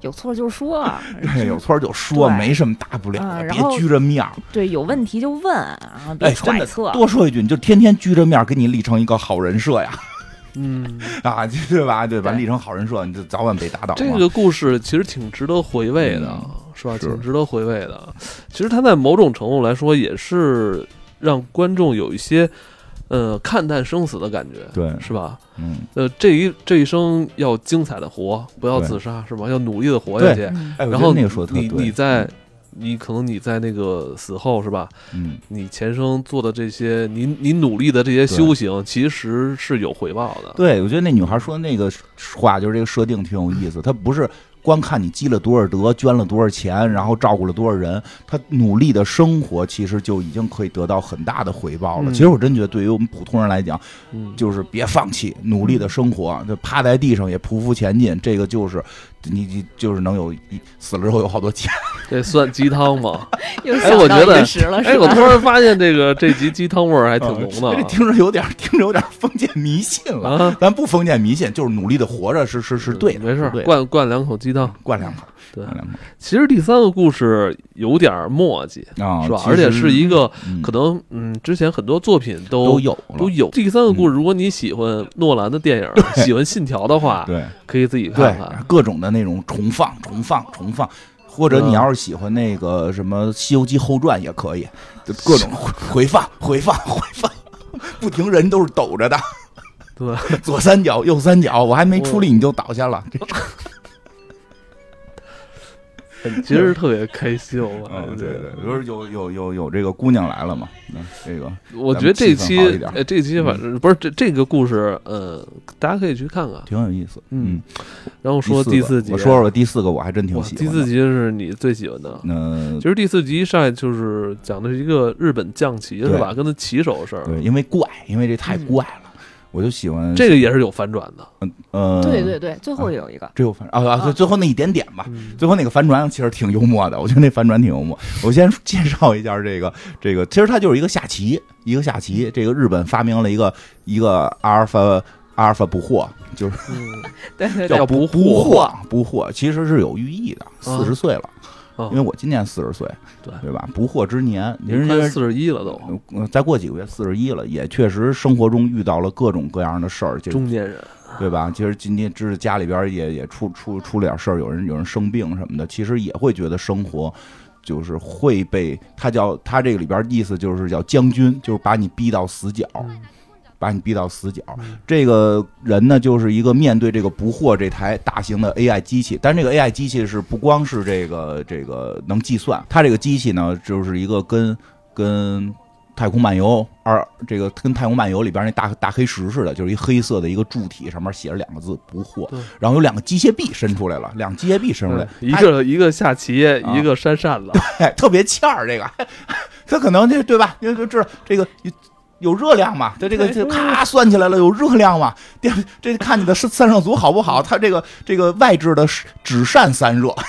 S4: 有错就说啊，
S2: 哎有错儿就说，
S4: 对
S2: 没什么大不了
S4: 啊
S2: 的，
S4: 然
S2: 别
S4: 后
S2: 拘着面儿。
S4: 对，有问题就问啊，别
S2: 哎，真
S4: 揣
S2: 的
S4: 测，
S2: 多说一句，你就天天拘着面儿，给你立成一个好人设呀，
S1: 嗯，
S2: 啊，对吧？对吧？
S4: 对
S2: 立成好人设，你就早晚被打倒嘛。
S1: 这个故事其实挺值得回味的，
S2: 嗯
S1: 是吧？
S2: 是
S1: 挺值得回味的。其实它在某种程度来说，也是让观众有一些呃看淡生死的感觉，
S2: 对，
S1: 是吧？
S2: 嗯，
S1: 呃，这一这一生要精彩的活，不要
S2: 对
S1: 自杀，是吧？要努力的活下去。
S4: 嗯
S2: 哎，我
S1: 然
S2: 觉
S1: 后
S2: 得那个说的特
S1: 你你
S2: 对，
S1: 在你可能你在那个死后是吧？
S2: 嗯，
S1: 你前生做的这些，你你努力的这些修行，其实是有回报的。
S2: 对，我觉得那女孩说的那个话，就是这个设定挺有意思。她不是光看你积了多少德，捐了多少钱，然后照顾了多少人，她努力的生活，其实就已经可以得到很大的回报了。
S1: 嗯
S2: 其实我真觉得，对于我们普通人来讲，
S1: 嗯，
S2: 就是别放弃，努力的生活，就趴在地上也匍匐前进。这个就是你你就是能有死了之后有好多钱。
S1: 这算鸡汤 吗？
S4: 又
S1: 哎我
S4: 想到
S1: 觉得
S4: 一时
S2: 啊
S4: 了，
S1: 哎，
S4: 是
S1: 我
S4: 吧
S1: 突？然发现这个这集鸡汤味儿还挺浓
S2: 这
S1: 的
S2: 哎听着有点听着有点封建迷信了。
S1: 啊。
S2: 咱不封建迷信，就是努力的活着是是是对的，
S1: 嗯没事
S2: 是
S1: 儿
S2: 对，的。
S1: 灌灌两口鸡汤。
S2: 灌两口，
S1: 对
S2: 灌，两口
S1: 其实第三个故事有点墨迹，
S2: 啊，
S1: 是吧？
S2: 其
S1: 而且
S2: 实
S1: 是一个
S2: 嗯
S1: 可能，嗯，之前很多作品
S2: 都
S1: 都
S2: 有
S1: 都
S2: 了
S1: 有。第三个故事，如果你喜欢诺兰的电影，喜欢《信条》的话，
S2: 对
S1: 可以自己啊看啊
S2: 对
S1: 看。
S2: 各种的那种重放、重放、重放。或者
S1: 嗯
S2: 你要是喜欢那个什么《西游记后传》也可以，就各种回 回放、回放、回放，不停人都是抖着的，
S1: 对，哦
S2: 左三脚、右三脚，我还没出力你就倒下了，
S1: 其实特别开心。我
S2: 嗯，
S1: 感觉
S2: 对对，不是有有有有这个姑娘来了嘛？嗯，这个
S1: 我觉得这期
S2: 咱们气氛好一点嗯
S1: 呃这期反正不是这这个故事，呃，大家可以去看看。
S2: 挺有意思。
S1: 嗯，然后说
S2: 第
S1: 第四集，啊
S2: 我说说吧，第四个我还真挺
S1: 哇
S2: 喜欢。
S1: 第四，集是你最喜欢的。
S2: 嗯
S1: 其，实第四集上来就是讲的是一个日本将棋是吧？跟他棋手的事儿，
S2: 对，因为怪，因为这太怪了，我就喜欢
S1: 这个也是有反转的。
S2: 呃，
S4: 对对对，最后有一个，
S2: 这有反啊啊！对
S4: 啊
S2: 最后那一点点吧，
S1: 嗯
S2: 最后那个反转其实挺幽默的，我觉得那反转挺幽默。我先介绍一下这个这个，其实它就是一个下棋，一个下棋。这个日本发明了一个一个阿尔法阿尔法捕获，就是
S1: 嗯
S4: 对对
S1: 叫
S4: 对，
S1: 不
S2: 捕
S1: 惑
S2: 获捕获，其实是有寓意的。四十岁了，
S1: 啊
S2: 因为我今年四十岁，
S1: 对
S2: 对吧？捕获之年，您嗯
S1: 快
S2: 人
S1: 四十一了都，
S2: 家再过几个月四十一了，也确实生活中遇到了各种各样的事儿，就
S1: 中年人，
S2: 对吧？其实今天知道家里边儿也也出出出了点事儿，有人有人生病什么的，其实也会觉得生活就是会被他叫他这个里边儿意思就是叫将军，就是把你逼到死角，把你逼到死角。
S1: 嗯
S2: 这个人呢，就是一个面对这个不惑这台大型的 AI 机器，但这个 AI 机器是不光是这个这个能计算，它这个机器呢，就是一个跟跟太空漫游二这个跟太空漫游里边那大大黑石似的，就是一黑色的一个柱体，上面写着两个字“不惑
S1: 对”，
S2: 然后有两个机械臂伸出来了，两个机械臂伸出来，啊
S1: 一
S2: 它
S1: 个一个下棋，一个扇扇 子，
S2: 哎，特别欠儿这个，他可能就对吧？因为就知道这个有有热量嘛，他这个这咔算起来了有热量嘛，这这看你的是散热组好不好？他这个这个外置的只扇散热。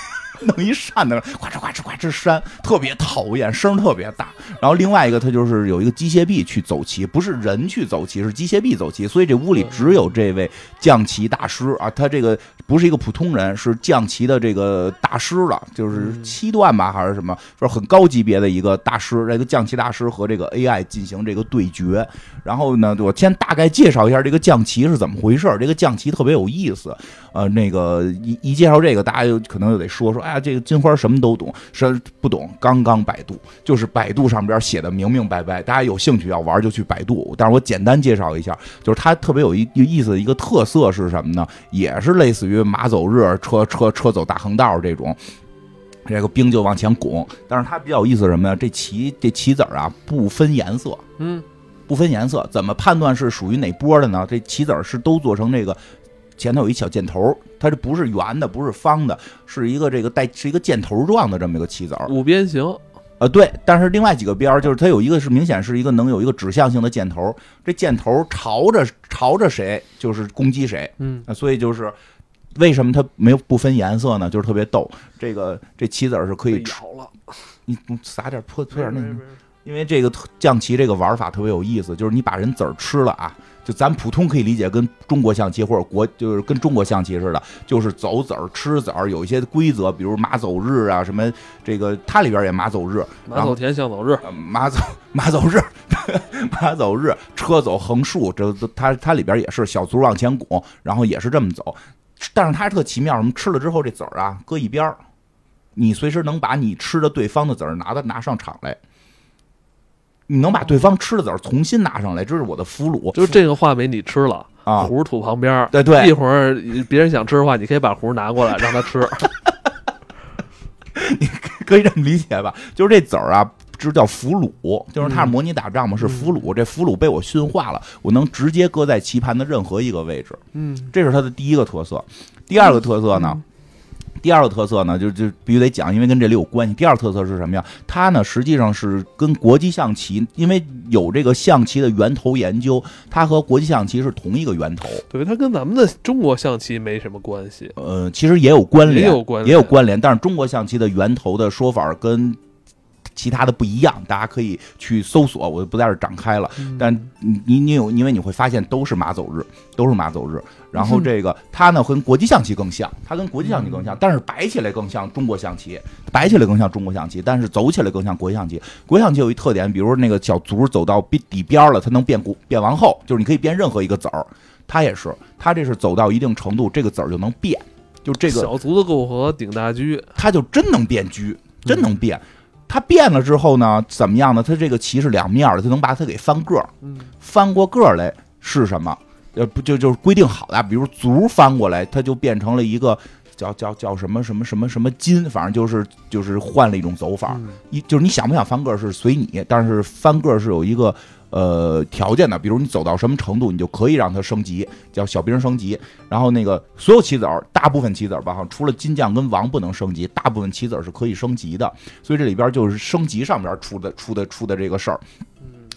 S2: 弄一扇的，呱哧呱哧呱哧扇，特别讨厌，声儿特别大。然后另外一个，它就是有一个机械臂去走棋，不是人去走棋，是机械臂走棋。所以这屋里只有这位将棋大师啊，他这个不是一个普通人，是将棋的这个大师了，就是
S1: 嗯
S2: 七段吧，还是什么，就是很高级别的一个大师。这个将棋大师和这个 AI 进行这个对决。然后呢，我先大概介绍一下这个将棋是怎么回事儿。这个将棋特别有意思，呃，那个一一介绍这个，大家就可能就得说说，哎呀，这个金花什么都懂，什不懂？刚刚百度，就是百度上边写的明明白白，大家有兴趣要玩就去百度。但是我简单介绍一下，就是它特别有一有意思的一个特色是什么呢？也是类似于马走日、车车车走大横道这种。这个兵就往前拱，但是它比较有意思是什么呀？这棋这棋子儿啊不分颜色，
S1: 嗯，
S2: 不分颜色，怎么判断是属于哪波的呢？这棋子儿是都做成这个。前头有一小箭头，它这不是圆的，不是方的，是一个这个带是一个箭头状的这么一个棋子儿。
S1: 五边形，
S2: 呃，对，但是另外几个边儿就是它有一个是明显是一个能有一个指向性的箭头，这箭头朝着朝着谁就是攻击谁，
S1: 嗯，
S2: 呃所以就是为什么它没有不分颜色呢？就是特别逗。这个这棋子儿是
S1: 被
S2: 可以吃，
S1: 咬了，
S2: 你你撒点泼泼点那
S1: 没事。
S2: 个
S1: 没事
S2: 因为这个特象棋这个玩法特别有意思，就是你把人子儿吃了啊，就咱普通可以理解跟中国象棋或者国就是跟中国象棋似的，就是走子儿吃子儿，有一些规则，比如马走日啊什么，这个它里边也马走日，
S1: 马走田，向走日，
S2: 呃马走马走日， 马走日，车走横竖，这都它它里边也是小卒往前拱，然后也是这么走，但是它特奇妙，什么吃了之后这籽儿啊搁一边儿，你随时能把你吃的对方的籽儿拿到拿上场来。你能把对方吃的籽儿重新拿上来，这是我的俘虏
S1: 就是这个话没你吃了，
S2: 啊！
S1: 核吐旁边儿，
S2: 对对
S1: 一会儿别人想吃的话，你可以把核拿过来让他吃，
S2: 可以这么理解吧？就是这籽儿啊，这叫俘虏，就是
S1: 嗯
S2: 它是模拟打仗嘛，是俘虏。这俘虏被我驯化了，我能直接搁在棋盘的任何一个位置。
S1: 嗯，
S2: 这是它的第一个特色。第二个特色呢？第二个特色呢，就就必须得讲，因为跟这里有关系。第二个特色是什么呀？它呢实际上是跟国际象棋，因为有这个象棋的源头研究，它和国际象棋是同一个源头。
S1: 对，它跟咱们的中国象棋没什么关系，
S2: 呃，其实也有关联，
S1: 也有关联
S2: 也有关联。但是中国象棋的源头的说法跟其他的不一样，大家可以去搜索，我就不在这儿展开了。但你你你有，因为你会发现都是马走日，都是马走日。然后这个它呢，跟国际象棋更像，它跟国际象棋更像，但是摆起来更像中国象棋，摆起来更像中国象棋，但是走起来更像国际象棋。国际象棋有一特点，比如说那个小卒走到边底边儿了，它能变国变王后，就是你可以变任何一个子儿。它也是，它这是走到一定程度，这个子儿就能变，就这个
S1: 小卒的构和顶大狙，
S2: 它就真能变车，真能变。它变了之后呢，怎么样呢？它这个棋是两面儿的，它能把它给翻个儿，
S1: 嗯，
S2: 翻过个儿来是什么？呃，不就就是规定好的，比如足翻过来，它就变成了一个叫叫叫什么什么什么什么金，反正就是就是换了一种走法。
S1: 嗯
S2: 一就是你想不想翻个儿是随你，但是翻个儿是有一个呃条件的，比如你走到什么程度，你就可以让它升级，叫小兵升级。然后那个所有棋子儿，大部分棋子儿吧，哈，除了金将跟王不能升级，大部分棋子儿是可以升级的。所以这里边就是升级上边出的出的出的这个事儿。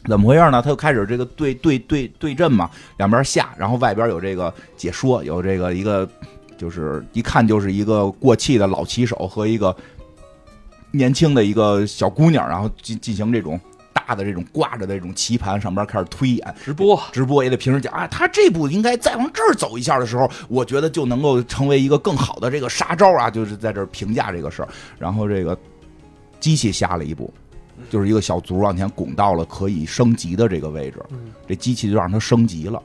S2: 怎么回事呢？他就开始这个对对对对阵嘛，两边下，然后外边有这个解说，有这个一个就是一看就是一个过气的老棋手和一个年轻的一个小姑娘，然后进进行这种大的这种挂着的这种棋盘上边开始推演，
S1: 直播
S2: 直播也得平时讲啊，他这步应该再往这儿走一下的时候，我觉得就能够成为一个更好的这个杀招啊，就是在这儿评价这个事儿。然后这个机器下了一步，就是一个小卒往前拱到了可以升级的这个位置
S1: 嗯，
S2: 这机器就让它升级了。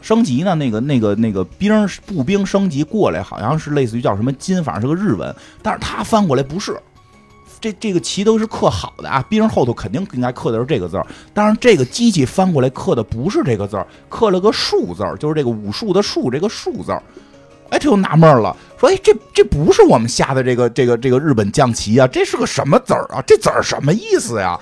S2: 升级呢，那个那个那个兵儿步兵升级过来，好像是类似于叫什么金，反正是个日文，但是他翻过来不是。这这个棋都是刻好的啊，兵后头肯定应该刻的是这个字儿，当然，这个机器翻过来刻的不是这个字儿，刻了个数字儿，就是这个武术的术这个数字儿。哎，他就纳闷儿了，说：“哎，这这不是我们下的这个这个这个日本将棋啊，这是个什么字儿啊？这字儿什么意思呀？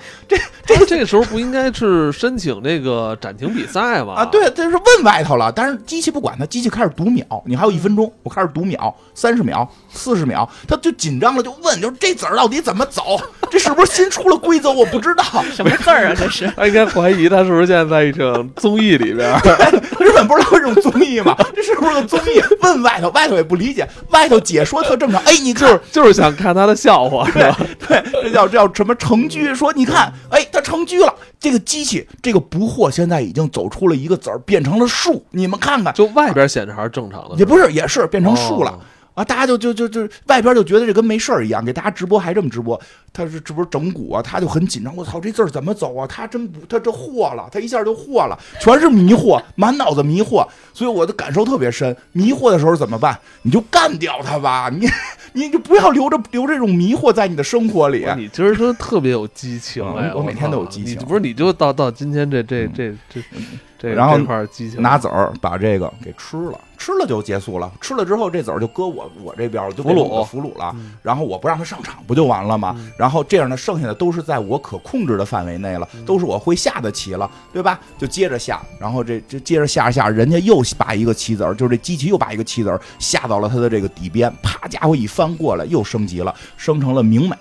S1: 他这时候不应该是申请这个展厅比赛吗？
S2: 啊，，对，这是问外头了。但是机器不管它，机器开始读秒，你还有一分
S4: 嗯
S2: 钟，我开始读秒，三十秒、四十秒，它就紧张了，就问，就是这字儿到底怎么走？这是不是新出了规则？我不知道。
S4: 什么字儿啊？这是
S1: 他应该怀疑他是不是现在在一场综艺里边儿。
S2: 日本不是有这种综艺吗？这是不是个综艺？问外头，外头也不理解，外头解说特正常。哎，你就是
S1: 就是想看他的笑话，是吧？
S2: 对，这叫这叫什么成居？说你看，哎，他成居了。这个机器，这个不惑现在已经走出了一个子儿，变成了树。你们看看，
S1: 就外边显着还是正常的，
S2: 也不是，也是变成树了。
S1: 哦
S2: 啊！大家就就就就外边就觉得这跟没事儿一样，给大家直播还这么直播，他是这不是整蛊啊？他就很紧张，我操，这字儿怎么走啊？他真不，他这惑了，他一下就惑了，全是迷惑，满脑子迷惑，所以我的感受特别深。迷惑的时候怎么办？你就干掉他吧，你你就不要留着留这种迷惑在你的生活里。
S1: 哇你今儿真的特别有激情
S2: 啊嗯
S1: 哎！
S2: 我每天都有
S1: 操
S2: 激情
S1: 你不是你就到到今天这这
S2: 嗯
S1: 这这这
S2: 然后
S1: 这块儿激情，
S2: 拿籽儿把这个给吃了，吃了就结束了。吃了之后，这籽儿就搁我我这边了，就给
S1: 俘虏
S2: 我俘虏了
S1: 嗯。
S2: 然后我不让他上场，不就完了吗？然后这样呢，剩下的都是在我可控制的范围内
S1: 嗯
S2: 了，都是我会下的棋了，对吧？就接着下，然后这这接着下下，人家又把一个棋子儿，就是这机器又把一个棋子儿下到了他的这个底边，啪家伙一翻过来，又升级了，升成了明美。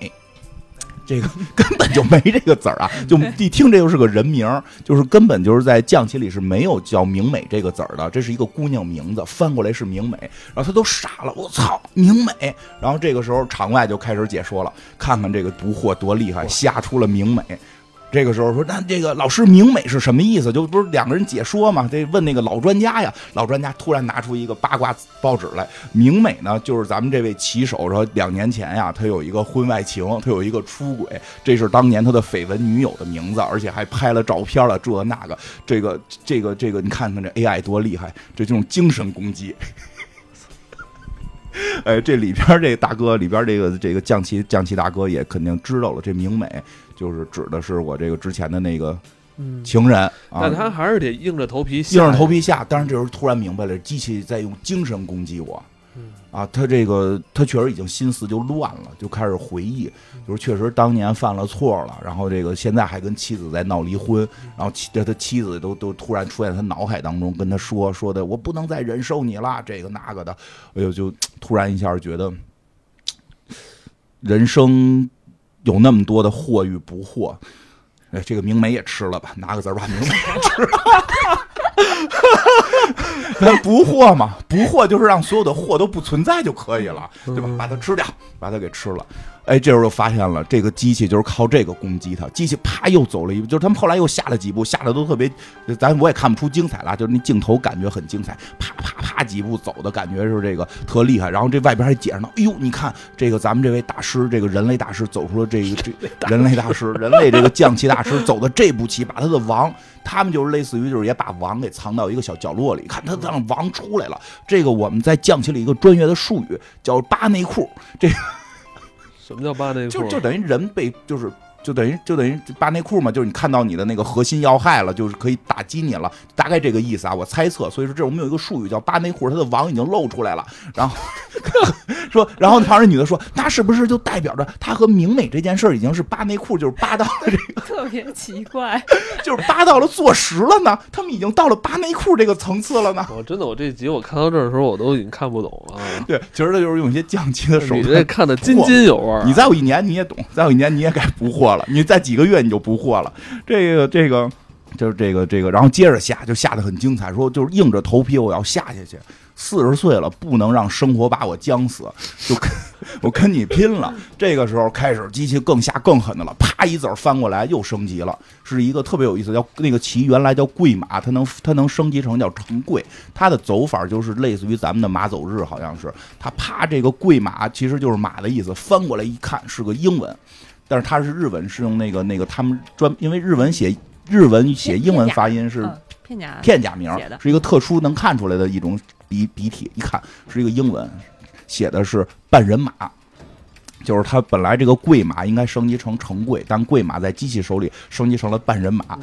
S2: 这个 根本就没这个 字儿啊！就一听这就是个人名儿，就是根本就是在将棋里是没有叫明美这个字儿的，这是一个姑娘名字，翻过来是明美，然后他都傻了，我操，明美！然后这个时候场外就开始解说了，看看这个不惑多厉害，吓出了明美。这个时候说，那这个老师明美是什么意思？就不是两个人解说嘛？这问那个老专家呀，老专家突然拿出一个八卦报纸来，明美呢就是咱们这位棋手，说两年前呀，他有一个婚外情，他有一个出轨，这是当年他的绯闻女友的名字，而且还拍了照片了，这那个，这个这个这个，你看看这 AI 多厉害，这这种精神攻击。哎，这里边这大哥，里边这个这个将棋将棋大哥也肯定知道了，这明美就是指的是我这个之前的那个
S1: 嗯，
S2: 情人啊
S1: 但。他还是得硬着头皮，
S2: 硬着头。皮下，当然这时候突然明白了，机器在用精神攻击我
S1: 嗯。
S2: 啊，他这个他确实已经心思就乱了，就开始回忆，就是确实当年犯了错了，然后这个现在还跟妻子在闹离婚，然后妻这他妻子都都突然出现在他脑海当中，跟他说说的我不能再忍受你了，这个那个的，哎呦，就突然一下觉得人生有那么多的祸与不祸，哎，这个明美也吃了吧，拿个字儿把明美也吃了。咱 不惑嘛，不惑就是让所有的祸都不存在就可以了，对吧？把它吃掉，把它给吃了。哎，这时候就发现了，这个机器就是靠这个攻击它。机器啪又走了一步，就是他们后来又下了几步，下的都特别，咱我也看不出精彩了，就是那镜头感觉很精彩，啪啪啪几步走的感觉是这个特厉害。然后这外边还解释呢，哎呦，你看这个咱们这位大师，这个人类大师走出了这个这人类大师，人类这个将棋大师走的这步棋，把他的王，他们就是类似于就是也把王给藏到一个小角落里，看他让王出来了。这个我们在将棋里一个专业的术语叫扒内裤，这
S1: 什么叫八内裤？
S2: 就就等于人被就是。就等于就等于扒内裤嘛，就是你看到你的那个核心要害了，就是可以打击你了，大概这个意思啊。我猜测，所以说这我们有一个术语叫扒内裤，它的网已经露出来了。然后 说，然后旁边女的说，那是不是就代表着她和明美这件事儿已经是扒内裤，就是扒到了这个，
S4: 特别奇怪。
S2: 就是扒到了坐实了呢？他们已经到了扒内裤这个层次了呢？
S1: 我真的，我这集我看到这儿的时候，我都已经看不懂了。
S2: 对，其实他就是用一些降级的手
S1: 你这
S2: 段。
S1: 看的津津有味儿啊。
S2: 你再有一年你也懂，再有一年你也该不惑了，你再几个月你就不惑了。这个这个就是这个这个，然后接着下就下的很精彩，说就是硬着头皮我要下下去，四十岁了不能让生活把我僵死，就跟我跟你拼了。这个时候开始机器更下更狠的了，啪一子儿翻过来又升级了，是一个特别有意思，叫那个棋原来叫贵马，它能它能升级成叫成贵，它的走法就是类似于咱们的马走日，好像是它啪这个贵马其实就是马的意思，翻过来一看是个英文，但是它是日文，是用那个那个他们专因为日文写日文写英文发音是
S4: 嗯，片假
S2: 片假名
S4: 写的，
S2: 是一个特殊能看出来的一种笔笔体，一看是一个英文，写的是半人马。就是它本来这个贵马应该升级成成贵，但贵马在机器手里升级成了半人马。
S1: 啊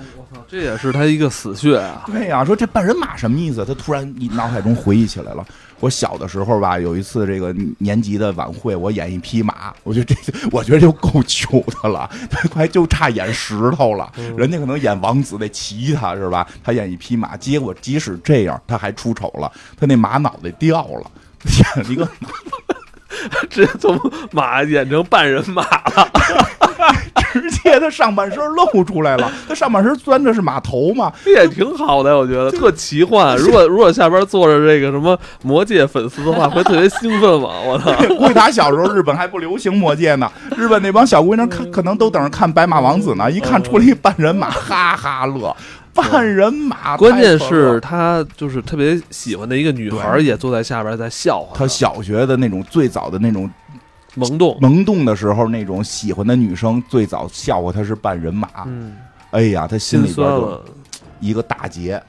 S1: 这也是他一个死穴啊！
S2: 对呀、说这半人马什么意思？他突然一脑海中回忆起来了。我小的时候吧，有一次这个年级的晚会，我演一匹马，我觉得这我觉得就够糗的了，他快就差演石头了。人家可能演王子得骑他是吧？他演一匹马，结果即使这样，他还出丑了，他那马脑袋掉了， 演了一个
S1: 直接从马演成半人马了。
S2: 直接他上半身露出来了，他上半身钻的是马头嘛，
S1: 这也挺好的，我觉得特奇幻。如果如果下边坐着这个什么魔界粉丝的话，会特别兴奋嘛！我操，
S2: 估计他小时候日本还不流行魔戒呢，日本那帮小姑娘看可能都等着看白马王子呢，一看出来一半人马，哈哈乐，半人马，
S1: 关键
S2: 太可乐
S1: 是
S2: 了。
S1: 他就是特别喜欢的一个女孩，
S2: 对
S1: 也坐在下边在笑话
S2: 他小学的那种最早的那种
S1: 萌动。
S2: 萌动的时候，那种喜欢的女生最早笑话他是半人马，
S1: 嗯，
S2: 哎呀，他
S1: 心
S2: 心里边
S1: 酸
S2: 就
S1: 了。
S2: 一个大结。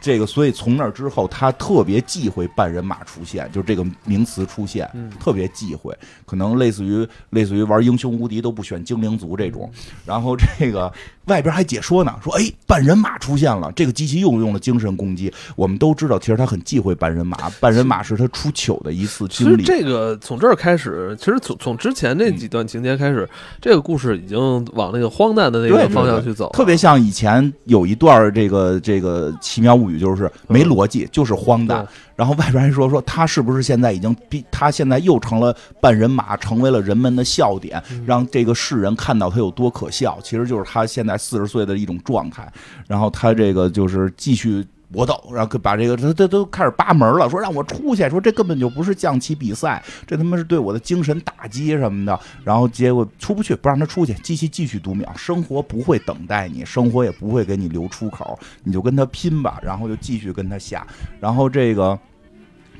S2: 这个，所以从那之后，他特别忌讳半人马出现，就这个名词出现。
S1: 嗯，
S2: 特别忌讳，可能类似于类似于玩英雄无敌都不选精灵族这种。然后这个外边还解说呢，说哎，半人马出现了，这个机器又用了精神攻击。我们都知道，其实他很忌讳半人马，半人马是他出糗的一次
S1: 其实
S2: 经历。
S1: 这个从这儿开始，其实从从之前那
S2: 嗯
S1: 几段情节开始，这个故事已经往那个荒诞的那
S2: 对
S1: 个
S2: 对
S1: 方向去走了，
S2: 特别像以前有一段儿这个这个奇妙物语，就是没逻辑，就是荒诞
S1: 对。
S2: 然后外边还说说他是不是现在已经逼他现在又成了半人马，成为了人们的笑点，
S1: 嗯
S2: 让这个世人看到他有多可笑。其实就是他现在四十岁的一种状态。然后他这个就是继续。搏斗，然后把这个他他都开始扒门了，说让我出去，说这根本就不是象棋比赛，这他妈是对我的精神打击什么的。然后结果出不去，不让他出去，机器继续读秒。生活不会等待你，生活也不会给你留出口，你就跟他拼吧。然后就继续跟他下，然后这个。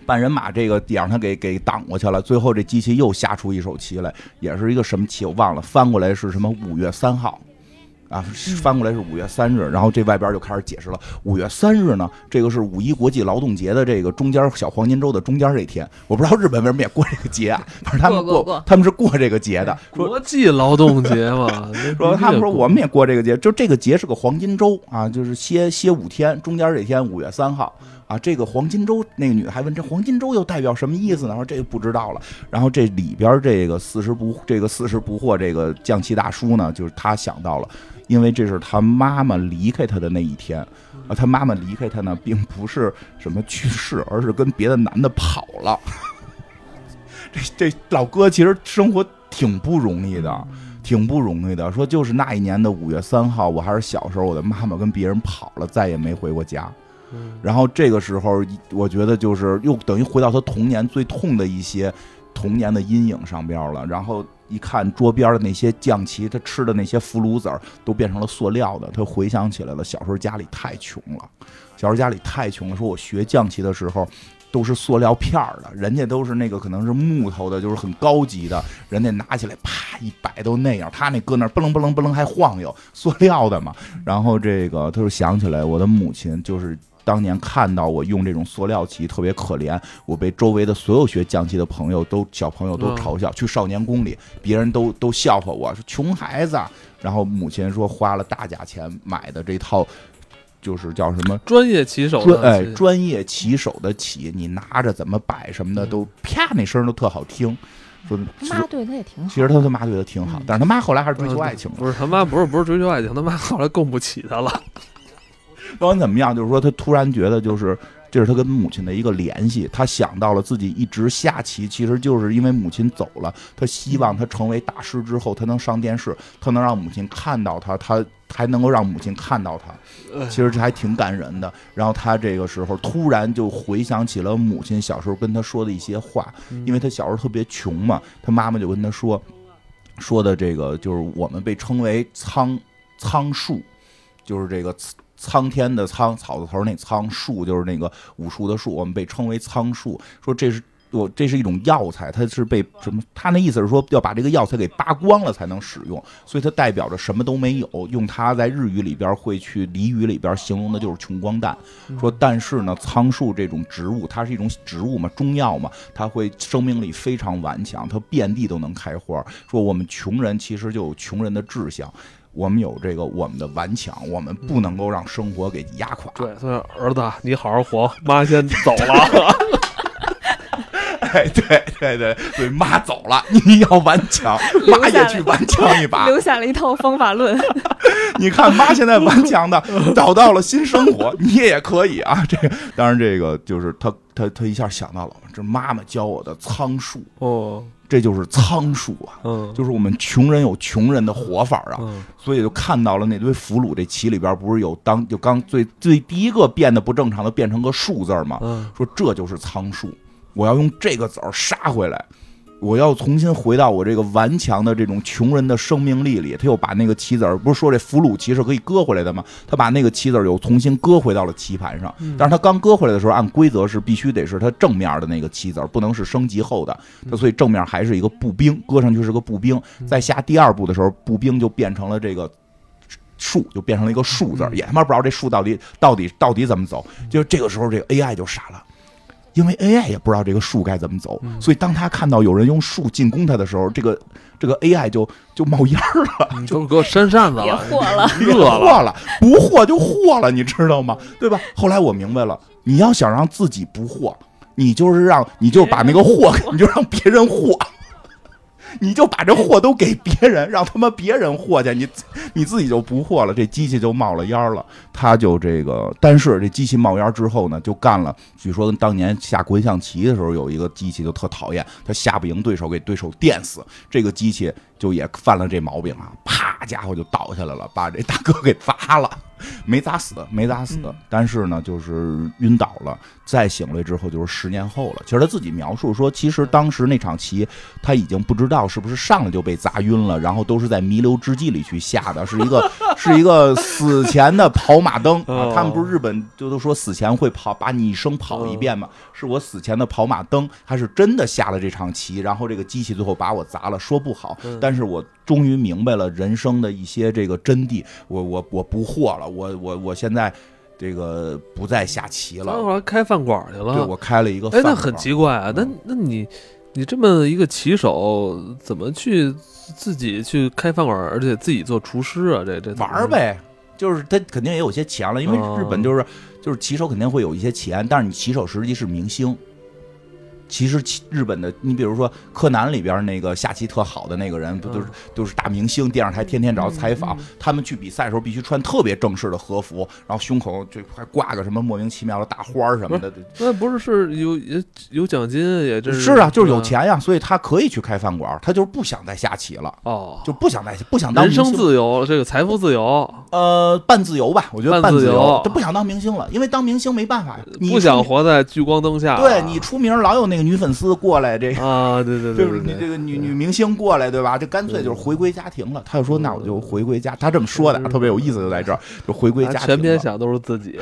S2: 半人马这个也让他给给挡过去了，最后这机器又下出一手棋来，也是一个什么棋我忘了，翻过来是什么五月三号，啊，
S4: 嗯
S2: 翻过来是五月三日，然后这外边就开始解释了。五月三日呢，这个是五一国际劳动节的这个中间小黄金周的中间这一天，我不知道日本为什么也过这个节啊，反正他们
S4: 过过过
S2: 他们是过这个节的，说
S1: 国际劳动节 嘛。
S2: 说他们说我
S1: 们。
S2: 们也过这个节，就这个节是个黄金周啊，就是歇歇五天，中间这天五月三号啊，这个黄金周那个女的还问这黄金周又代表什么意思呢？说这个不知道了。然后这里边这个四十不这个四十不惑这个降旗大叔呢，就是他想到了，因为这是他妈妈离开他的那一天。啊，他妈妈离开他呢，并不是什么去世，而是跟别的男的跑了。 这这老哥其实生活挺不容易的，挺不容易的。说就是那一年的五月三号，我还是小时候，我的妈妈跟别人跑了，再也没回过家。然后这个时候，我觉得就是又等于回到他童年最痛的一些童年的阴影上边了。然后一看桌边的那些酱棋，他吃的那些腐乳籽儿都变成了塑料的。他回想起来了，小时候家里太穷了，小时候家里太穷了。说我学酱棋的时候。都是塑料片儿的，人家都是那个可能是木头的，就是很高级的，人家拿起来啪一摆都那样，他那搁那儿不楞不楞不楞还晃悠，塑料的嘛。然后这个他就想起来，我的母亲就是当年看到我用这种塑料旗特别可怜，我被周围的所有学将棋的朋友都小朋友都
S1: 嗯
S2: 嘲笑，去少年宫里，别人都都笑话我说穷孩子，啊然后母亲说花了大价钱买的这套，就是叫什么
S1: 专业棋手
S2: 专
S1: 呢，
S2: 哎
S1: 这
S2: 专业棋手的棋，你拿着怎么摆什么的
S1: 嗯
S2: 都啪那声儿都特好听，说
S4: 他妈对他也挺好
S2: 其。实他他妈对他挺好
S4: 嗯，
S2: 但是他妈后来还是追求
S1: 嗯
S2: 爱情了。
S1: 不是他妈，不是不是追求爱情，他妈后来供不起他了。
S2: 不管怎么样，就是说他突然觉得就是。这是他跟母亲的一个联系，他想到了自己一直下棋，其实就是因为母亲走了，他希望他成为大师之后，他能上电视，他能让母亲看到他，他还能够让母亲看到他。
S1: 哎
S2: 其实这还挺感人的。然后他这个时候突然就回想起了母亲小时候跟他说的一些话，
S1: 嗯
S2: 因为他小时候特别穷嘛，他妈妈就跟他说，说的这个就是我们被称为仓仓树，就是这个苍苍天的苍，草字头那苍，树就是那个武术的术，我们被称为苍树，说这是。我这是一种药材，它是被什么？他那意思是说要把这个药材给扒光了才能使用，所以它代表着什么都没有。用它在日语里边会去俚语里边形容的就是穷光蛋。说但是呢，苍树这种植物，它是一种植物嘛，中药嘛，它会生命力非常顽强，它遍地都能开花。说我们穷人其实就有穷人的志向，我们有这个我们的顽强，我们不能够让生活给压垮。
S1: 对，他说儿子，你好好活，妈先走了。
S2: 哎，对对对对，妈走了， 你要顽强，妈也去顽强一把。
S4: 留下了一套方法论，
S2: 你看妈现在顽强的找到了新生活， 你也可以啊。这个当然，这个就是他他他一下想到了，这妈妈教我的仓术，
S1: 哦，
S2: 这就是仓术啊。
S1: 嗯，
S2: 就是我们穷人有穷人的活法啊，
S1: 嗯
S2: 所以就看到了那堆俘虏这棋里边不是有当就刚最最第一个变得不正常的变成个数字儿吗？
S1: 嗯，
S2: 说这就是仓术，我要用这个子儿杀回来，我要重新回到我这个顽强的这种穷人的生命力里。他又把那个棋子儿，不是说这俘虏棋是可以割回来的吗？他把那个棋子儿又重新割回到了棋盘上。但是他刚割回来的时候，按规则是必须得是他正面的那个棋子儿，不能是升级后的。他所以正面还是一个步兵，搁上去是个步兵。在下第二步的时候，步兵就变成了这个。树就变成了一个树字儿，也他妈不知道这树到底到底到底怎么走。就这个时候，这个 AI 就傻了，因为 AI 也不知道这个树该怎么走，所以当他看到有人用树进攻他的时候，这个这个 AI 就就冒烟儿了，
S1: 你都给我扇扇子
S4: 别
S1: 了，
S4: 祸了。
S1: 热了。
S2: 祸了，不祸就祸了，你知道吗？对吧？后来我明白了，你要想让自己不祸，你就是让你就把那个祸，你就让别人祸。 你就把这祸都给别人，让他妈别人祸去，你你自己就不祸了，这机器就冒了烟儿了。他就这个，但是这机器冒烟儿之后呢，就干了。据说跟当年下滚象棋的时候，有一个机器就特讨厌，他下不赢对手，给对手电死。这个机器就也犯了这毛病啊，啪，家伙就倒下来了，把这大哥给砸了，没 砸死，没砸死，
S1: 嗯
S2: 但是呢，就是晕倒了。再醒来之后，就是十年后了。其实他自己描述说，其实当时那场棋，他已经不知道是不是上来就被砸晕了，然后都是在弥留之际里去下的，是一个是一个死前的跑马灯啊
S1: 哦。
S2: 他们不是日本就都说死前会跑，把你一生跑一遍嘛？
S1: 嗯
S2: 是我死前的跑马灯，他是真的下了这场棋，然后这个机器最后把我砸了，说不好
S1: 嗯，
S2: 但是我终于明白了人生的一些这个真谛，我我我不惑了，我我我现在这个不再下棋
S1: 他
S2: 了。
S1: 后来开饭馆去
S2: 对，
S1: 了。
S2: 我开了一个
S1: 哎
S2: 饭，
S1: 那
S2: 馆嗯
S1: 很奇怪啊，那那你你这么一个棋手，怎么去自己去开饭馆，而且自己做厨师啊？这这
S2: 玩儿。呗。就是他肯定也有些钱了，因为
S1: 哦
S2: 日本就是就是骑手肯定会有一些钱，但是你骑手实际是明星。其实骑日本的，你比如说柯南里边那个下棋特好的那个人，不都是都是大明星，电视台天天找他采访。他们去比赛的时候必须穿特别正式的和服，然后胸口这还挂个什么莫名其妙的大花儿什么的。
S1: 那不是是有也有奖金，也这
S2: 嗯是啊，就是有钱呀，所以他可以去开饭馆，他就是不想再下棋了，
S1: 哦，
S2: 就不想再不想当
S1: 人
S2: 明星
S1: 生自由，这个财富自由，
S2: 呃，半自由吧，我觉得
S1: 半
S2: 半
S1: 自由
S2: 他不想当明星了，因为当明星没办法，你
S1: 不想
S2: 出
S1: 活在聚光灯下。
S2: 对你出名老有那个女粉丝过来，这
S1: 啊，对对
S2: 就
S1: 对
S2: 是
S1: 对
S2: 你这
S1: 对，
S2: 个女女明星过来，对吧？这干脆就是回归家庭了。他就说，那我就回归家，他这么说的，特别有意思，就在这儿，就回归
S1: 嗯啊
S2: 家庭了。
S1: 全篇想都是自己，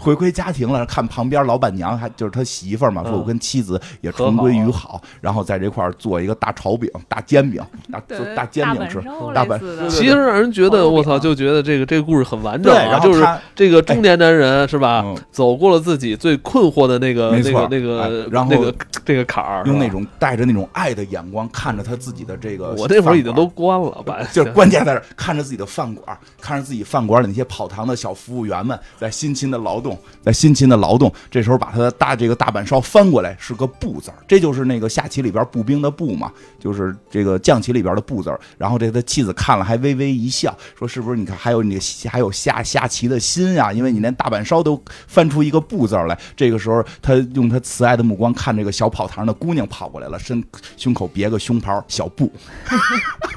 S2: 回归家庭了，看旁边老板娘还就是他媳妇儿嘛，
S1: 嗯
S2: 说我跟妻子也重归于好，然后在这块儿做一个大炒饼、大煎饼、大做大煎饼吃。
S4: 烧
S2: 大阪
S4: 类
S1: 对
S4: 似的
S1: 其实让人觉
S4: 好
S1: 得
S4: 有
S1: 我
S4: 理
S1: 操，
S4: 啊
S1: 就觉得这个这个故事很完整
S2: 对，
S1: 啊，
S2: 然后
S1: 就是
S2: 他哎
S1: 这个中年男人是吧
S2: 嗯，
S1: 走过了自己最困惑的那个
S2: 没
S1: 那
S2: 错
S1: 个那个
S2: 哎然后
S1: 那个这个坎儿，
S2: 用那
S1: 是吧
S2: 种带着那种爱的眼光看着他自己的这个饭馆，
S1: 我这会儿已经都关了，把
S2: 就是关键在这儿看着自己的饭馆，看着自己饭馆里那些跑堂的小服务员们在辛勤的劳动，在辛勤的劳动。这时候把他的大这个大板烧翻过来是个步字儿，这就是那个下棋里边步兵的步嘛，就是这个将棋里边的步字儿。然后这他妻子看了还微微一笑，说是不是你看还有你的还有下下棋的心呀、因为你连大板烧都翻出一个步字儿来。这个时候他用他慈爱的目光看这个小跑堂的姑娘跑过来了，身胸口别个胸袍小布。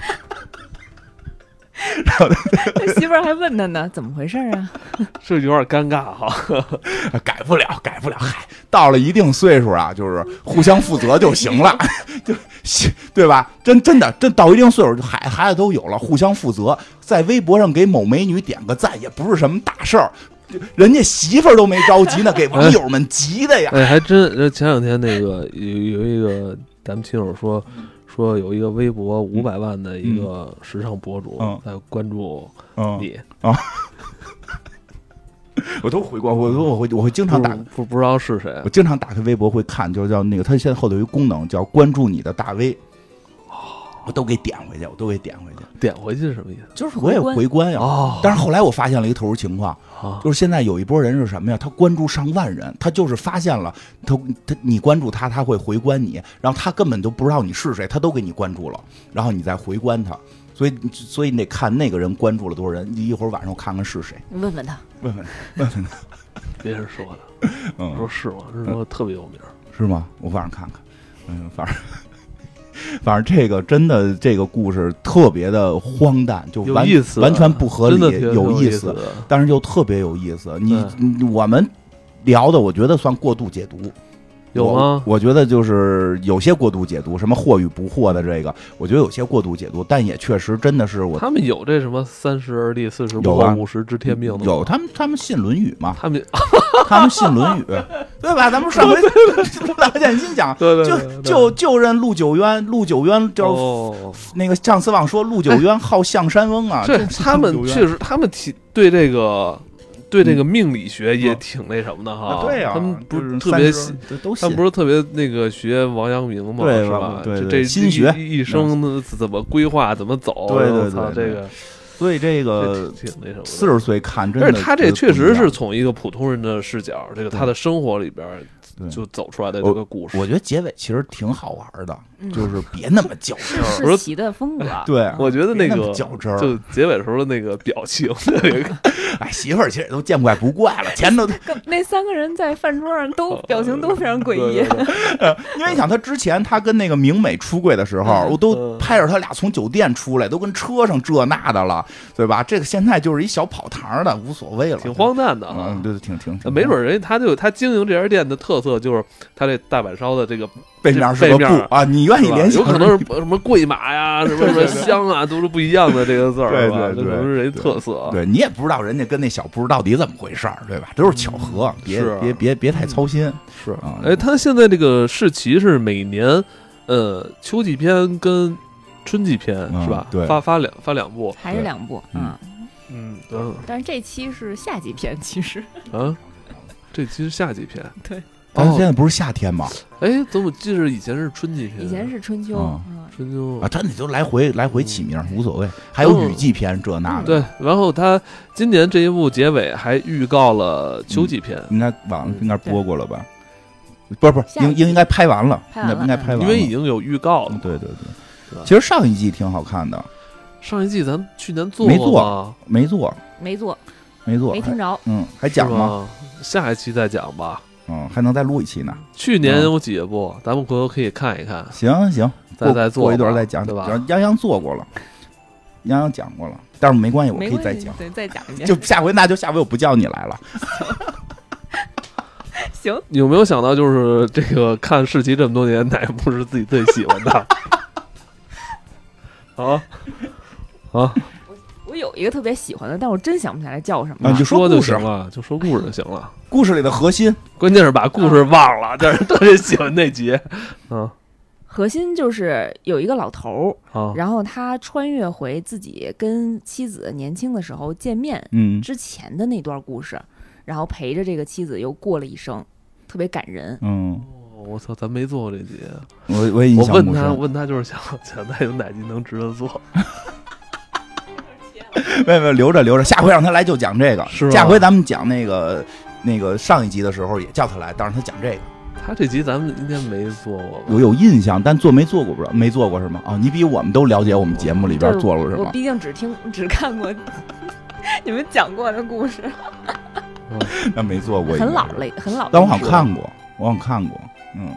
S4: 他媳妇儿还问他呢，怎么回事儿啊？
S1: 这有点尴尬哈。
S2: 改不了，改不了。嗨，到了一定岁数啊，就是互相负责就行了，就对吧？真真的，真到一定岁数，孩孩子都有了，互相负责。在微博上给某美女点个赞，也不是什么大事儿。人家媳妇儿都没着急呢，给网友们急的呀！
S1: 哎，还真，呃前两天那个有有一个咱们亲友说说有一个微博五百万的一个时尚博主
S2: 嗯
S1: 在关注
S2: 嗯，
S1: 你，
S2: 我都回过，我我我会我会经常
S1: 不
S2: 打
S1: 是不不知道是谁啊
S2: 我经常打开微博会看，就是叫那个，它现在后头有一功能叫关注你的大 V，我都给点回去，我都给点回去，
S1: 点回去是什么意思？
S2: 就是我也
S4: 回关
S2: 回关呀。
S1: 哦
S2: 但是后来我发现了一个特殊情况，
S1: 啊
S2: 就是现在有一波人是什么呀？他关注上万人，他就是发现了他他你关注他，他会回关你，然后他根本就不知道你是谁，他都给你关注了，然后你再回关他。所以，所以你得看那个人关注了多少人。一会儿晚上我看看是谁，
S4: 你问问他，
S2: 问问，
S1: 别人说的，说
S2: 嗯，
S1: 是吗？是说特别有名儿，
S2: 是吗？我晚上看 看，嗯，反正，反正这个真的这个故事特别的荒诞，就
S1: 有
S2: 完
S1: 意思，啊
S2: 完全不合理
S1: 真的挺，
S2: 有
S1: 意
S2: 思，
S1: 的。
S2: 但是又特别有意思。你
S1: 对
S2: 你我们聊的，我觉得算过度解读，
S1: 有吗
S2: 我？我觉得就是有些过度解读，什么或与不或的这个，我觉得有些过度解读，但也确实真的是我
S1: 他们有这什么三十而立，四十不
S2: 有
S1: 惑，
S2: 啊
S1: 五十知天命的吗
S2: 有他们他们信《论语》嘛，
S1: 他们
S2: 他们信《论语》，对吧？咱们上回大建新讲，
S1: 对对对对
S2: 就就就任陆九渊，陆九渊叫
S1: 哦，
S2: 那个上次忘说陆九渊好象山翁啊，
S1: 这
S2: 就
S1: 他们
S2: 陆九渊
S1: 确实，他们挺对这个对这个命理学也挺那什么的哈。
S2: 嗯啊对呀，
S1: 哦他们不
S2: 就是是
S1: 特别
S2: 三十
S1: 信，
S2: 都都
S1: 他
S2: 信
S1: 们不是特别那个学王阳明嘛，
S2: 对
S1: 是吧
S2: 王？对
S1: 这
S2: 对
S1: 这
S2: 心学嗯
S1: 一一生的怎么规划，怎么走？
S2: 对对
S1: 我操
S2: 对
S1: 这
S2: 对
S1: 个
S2: 所以这
S1: 这
S2: 个
S1: 挺挺那什么的。
S2: 四十岁看，真的
S1: 而且他
S2: 觉
S1: 这
S2: 得
S1: 确
S2: 不
S1: 实
S2: 一样
S1: 是从一个普通人的视角，这个他的生活里边
S2: 对
S1: 就走出来的这个故事。
S2: 我觉得结尾其实挺好玩的，
S4: 嗯
S2: 就是别那么较真
S4: 是
S2: 儿。
S1: 我说
S4: 世袭的风格，啊 嗯
S2: 对，
S1: 我觉得
S2: 别
S1: 那
S2: 么
S1: 个
S2: 较真儿。
S1: 就结尾时候的那个表情，特别
S2: 哎，媳妇儿其实也都见怪不怪了，前头
S4: 跟 那三个人在饭桌上都表情都非常诡异，
S1: 哦对对对
S2: 因为你想他之前他跟那个明美出柜的时候，
S4: 嗯
S2: 我都拍着他俩从酒店出来，都跟车上这那的了，对吧？这个现在就是一小跑堂的，无所谓了，
S1: 挺荒诞的啊
S2: 嗯，。对，挺挺，挺
S1: 没准人家他就他经营这家店的特色就是他这大阪烧的 这个，
S2: 背面是
S1: 背
S2: 个
S1: 面
S2: 布啊，你愿意
S1: 是吧
S2: 联想
S1: 有可能是什么贵马呀，什 么什么香啊，都是不一样的这个字儿，
S2: 对
S1: 是吧？这
S2: 对对
S1: 可能是人家特色啊。
S2: 对你也不知道人家跟那小布到底怎么回事儿，对吧？都是巧合，别
S1: 嗯是啊
S2: 别别别太操心。
S1: 是
S2: 啊
S1: 哎，他现在这个世奇是每年，呃，秋季篇跟春季篇
S2: 嗯
S1: 是吧？
S2: 对
S1: 发发两发两部，
S4: 还是两部
S2: 嗯
S4: 啊。
S1: 嗯，嗯
S4: 但是这期是夏季篇，其实
S1: 啊，这其实夏季篇。
S4: 对，
S2: 咱现
S1: 哦，
S2: 在不是夏天吗？
S1: 哎，怎么记着以前是春季篇？啊
S4: 以前是春秋
S2: 嗯
S4: 嗯嗯
S1: 春秋
S2: 啊，真的就来回来回起名儿无所谓，还有雨季篇这那的，
S1: 对，然后他今年这一部结尾还预告了秋季篇，
S2: 应该网上应该播过了吧？不是不是，
S4: 下一
S2: 应
S4: 季
S2: 应应该拍完了，
S4: 拍
S2: 应
S4: 完
S2: 该
S4: 了
S2: 应该拍完了，
S1: 因为已经有预告
S2: 嗯
S1: 了。
S2: 对对
S1: 对吧
S2: 对。其实上一季挺好看的，
S1: 上一季咱们去年做
S2: 没
S1: 过
S2: 做
S1: 吗？
S2: 没做
S4: 没做，
S2: 没做
S4: 没，听着，
S2: 嗯，还
S1: 是
S2: 讲吗？
S1: 吗？下一期再讲吧。
S2: 嗯，还能再录一期呢。
S1: 去年有几部，咱们回头可以看一看，
S2: 行行，
S1: 再
S2: 过
S1: 再做
S2: 过一
S1: 吧
S2: 段再讲，
S1: 对吧？
S2: 杨洋做过了，杨洋讲过了，但是没关系，我可
S4: 没
S2: 以
S4: 关
S2: 再
S4: 系
S2: 讲。
S4: 对，再讲一遍。
S2: 就下回那就下回我不叫你来了，
S4: 行，
S1: 有没有想到，就是这个看世奇这么多年，哪一部是自己
S2: 啊
S1: 最喜欢的？好，好，
S4: 我我有一个特别喜欢的，但我真想不起来叫什么
S2: 啊
S4: 了
S2: 你。就说
S1: 说就
S2: 故事
S1: 行了，就说故事就行了。
S2: 故事里的核心，
S1: 关键是把故事忘了，但是特别喜欢那集。嗯
S4: 核心就是有一个老头儿，
S1: 啊，
S2: 哦
S4: 然后他穿越回自己跟妻子年轻的时候见面
S2: 嗯
S4: 之前的那段故事，然后陪着这个妻子又过了一生，特别感人。
S2: 嗯，
S1: 哦我操，咱没做过这集。
S2: 我我也印
S1: 我
S2: 象
S1: 问
S2: 不
S1: 他，
S2: 深，
S1: 问他就是想想他有哪集能值得做。
S2: 没有没有留着留着，下回让他来就讲这个，
S1: 是吗
S2: 下回咱们讲那个那个上一集的时候也叫他来，但是他讲这个
S1: 他这集咱们应该没做过吧？
S2: 我有印象，但做没做过不知道，没做过是吗？哦，你比我们都了解我们节目里边
S4: 对
S2: 做过什
S4: 我
S2: 么。
S4: 毕竟只听只看过 你们讲过的故事，
S2: 那没做过，
S4: 很老
S2: 应该是
S4: 了，很老。
S2: 但我好像看过，我好像看过，嗯，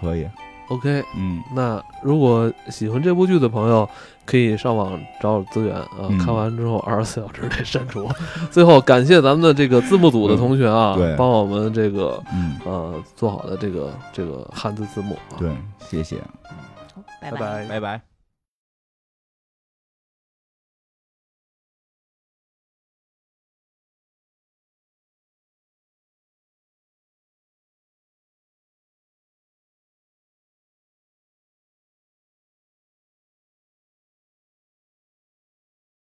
S2: 可以，
S1: OK，
S2: 嗯，
S1: 那如果喜欢这部剧的朋友，可以上网找找资源啊。
S2: 嗯
S1: 看完之后二十四小时内删除。 最后感谢咱们的这个字幕组的同学啊，
S2: 嗯对
S1: 帮我们这个
S2: 嗯，
S1: 呃做好的这个这个汉字字幕啊。
S2: 对，谢谢，
S4: 好，
S1: 拜拜
S2: 拜拜。